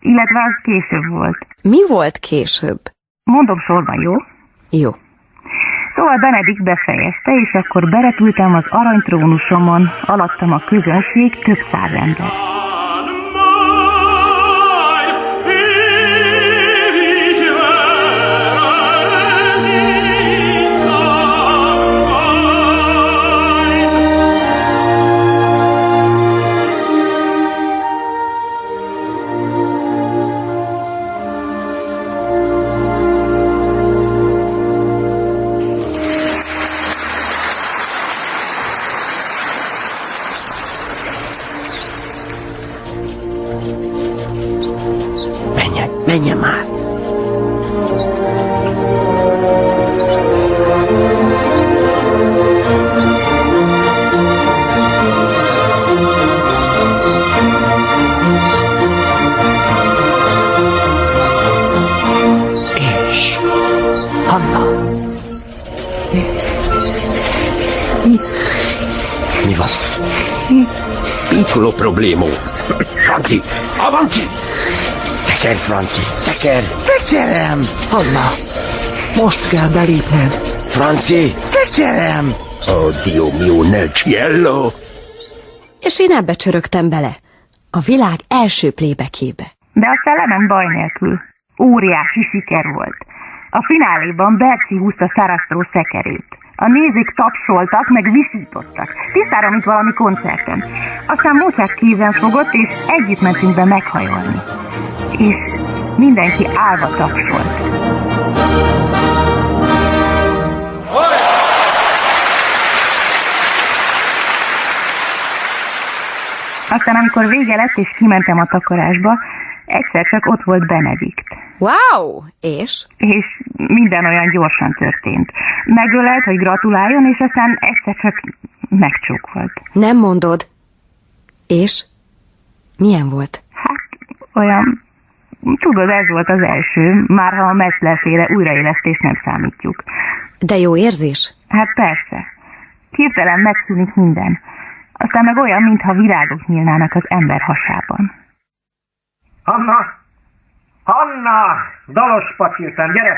[SPEAKER 8] Illetve az később volt.
[SPEAKER 9] Mi volt később?
[SPEAKER 8] Mondom sorban, jó?
[SPEAKER 9] Jó.
[SPEAKER 8] Szóval Benedikt befejezte, és akkor berepültem az aranytrónusomon, alattam a közönség több száz ember.
[SPEAKER 4] Menjen, menjen már!
[SPEAKER 24] És Hanna.
[SPEAKER 4] Mi van?
[SPEAKER 1] Piccolo problémó. Franci, avanti!
[SPEAKER 4] Teker, Franci, teker!
[SPEAKER 14] Tekerem! Hanna, most kell belépned.
[SPEAKER 4] Franci!
[SPEAKER 14] Tekerem!
[SPEAKER 1] Oh, Dio mio nel cielo!
[SPEAKER 9] És én ebbe csörögtem bele. A világ első plébekébe.
[SPEAKER 8] De aztán lement baj nélkül. Óriási siker volt. A fináléban Berci húzta Sarasztró szekerét. A nézők tapsoltak, meg visítottak. Tisztára, mint valami koncerten. Aztán Mozart kézen fogott, és együtt mentünk be meghajolni. És mindenki állva tapsolt. Aztán, amikor vége lett, és kimentem a takarásba, egyszer csak ott volt Benedikt.
[SPEAKER 9] Wow! És?
[SPEAKER 8] És minden olyan gyorsan történt. Megölelt, hogy gratuláljon, és aztán egyszer csak megcsókolt.
[SPEAKER 9] Nem mondod. És? Milyen volt?
[SPEAKER 8] Hát, Olyan, tudod, ez volt az első, már ha a Metzlerféle újraélesztést nem számítjuk.
[SPEAKER 9] De jó érzés?
[SPEAKER 8] Hát persze. Hirtelen megszűnik minden. Aztán meg olyan, mintha virágok nyílnának az ember hasában.
[SPEAKER 15] Hanna! Hanna! Dalos pacsírtam, gyere!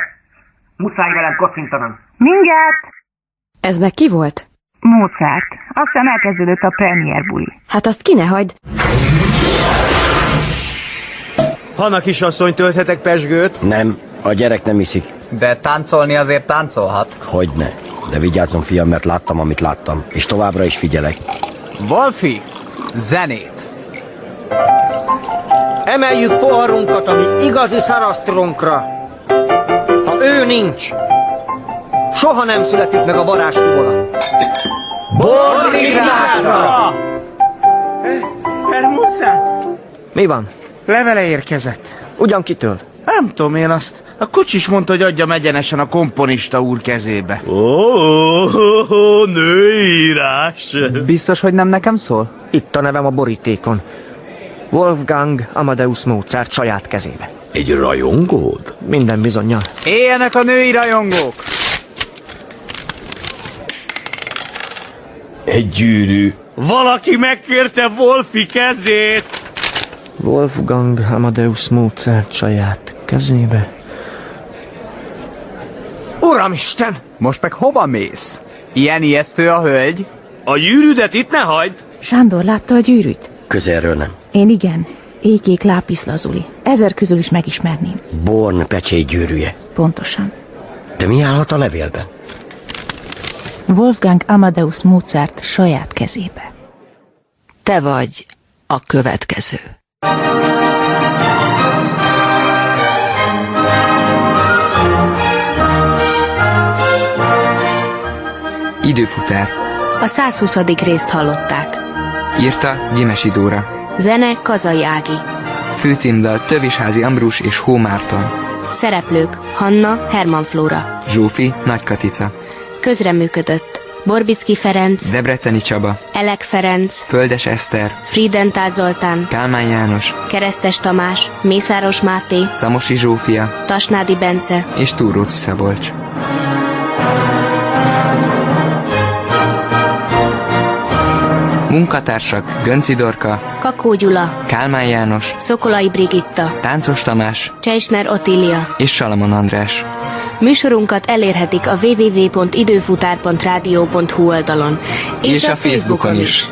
[SPEAKER 15] Muszáj velem kocintanom.
[SPEAKER 8] Mindjárt!
[SPEAKER 9] Ez meg ki volt?
[SPEAKER 8] Mozart. Aztán elkezdődött a premier buli.
[SPEAKER 9] Hát azt ki ne hagyd.
[SPEAKER 16] Hanna kisasszony, tölthetek pesgőt?
[SPEAKER 4] Nem, a gyerek nem iszik.
[SPEAKER 7] De táncolni azért táncolhat.
[SPEAKER 4] Hogyne. De vigyázzon, fiam, mert láttam, amit láttam. És továbbra is figyelek.
[SPEAKER 7] Wolfi, zenét!
[SPEAKER 3] Emeljük poharunkat, ami igazi szarasztronkra. Ha ő nincs, soha nem születik meg a varázsfuvola.
[SPEAKER 11] Borvigrácra! Hermózát?
[SPEAKER 3] Mi van?
[SPEAKER 32] Levele érkezett.
[SPEAKER 3] Ugyan kitől?
[SPEAKER 32] Nem tudom én azt. A kocsis mondta, hogy adjam egyenesen a komponista úr kezébe.
[SPEAKER 7] Ó, oh, oh, nőírás! Biztos, hogy nem nekem szól?
[SPEAKER 3] Itt a nevem a borítékon. Wolfgang Amadeus Mozart saját kezébe.
[SPEAKER 25] Egy rajongód?
[SPEAKER 3] Minden bizonyal.
[SPEAKER 7] Éljenek a női rajongók!
[SPEAKER 25] Egy gyűrű.
[SPEAKER 3] Valaki megkérte Wolfi kezét! Wolfgang Amadeus Mozart saját kezébe. Uramisten!
[SPEAKER 7] Most meg hova mész? Ilyen ijesztő a hölgy?
[SPEAKER 33] A gyűrűdet itt ne hagyd!
[SPEAKER 2] Sándor látta a gyűrűt?
[SPEAKER 4] Közelről nem.
[SPEAKER 2] Én igen. Ékék lápis lazuli. Ezer közül is megismerném.
[SPEAKER 4] Born pecsét gyűrűje.
[SPEAKER 2] Pontosan.
[SPEAKER 4] De mi állhat a levélben?
[SPEAKER 2] Wolfgang Amadeus Mozart saját kezébe.
[SPEAKER 34] Te vagy a következő.
[SPEAKER 22] Időfutár.
[SPEAKER 17] A 120. részt hallották.
[SPEAKER 22] Írta Gémesi Dóra.
[SPEAKER 17] Zene Kazai Ági.
[SPEAKER 22] Főcímdal Tövisházi Ambrus és Hó Márton.
[SPEAKER 17] Szereplők Hanna Herman Flóra.
[SPEAKER 22] Zsófi Nagy Katica.
[SPEAKER 17] Közreműködött Borbicki Ferenc,
[SPEAKER 22] Debreceni Csaba.
[SPEAKER 17] Elek Ferenc,
[SPEAKER 22] Földes Eszter.
[SPEAKER 17] Friedentál Zoltán,
[SPEAKER 22] Kálmán János.
[SPEAKER 17] Keresztes Tamás, Mészáros Máté,
[SPEAKER 22] Szamosi Zsófia.
[SPEAKER 17] Tasnádi Bence,
[SPEAKER 22] És Túróci Szabolcs. Munkatársak Gönci Dorka,
[SPEAKER 17] Kakó Gyula,
[SPEAKER 22] Kálmán János,
[SPEAKER 17] Szokolai Brigitta,
[SPEAKER 22] Táncos Tamás
[SPEAKER 17] Cseisner Otília.
[SPEAKER 22] és Salamon András.
[SPEAKER 17] Műsorunkat elérhetik a www.időfutár.rádió.hu oldalon.
[SPEAKER 22] És a Facebookon is.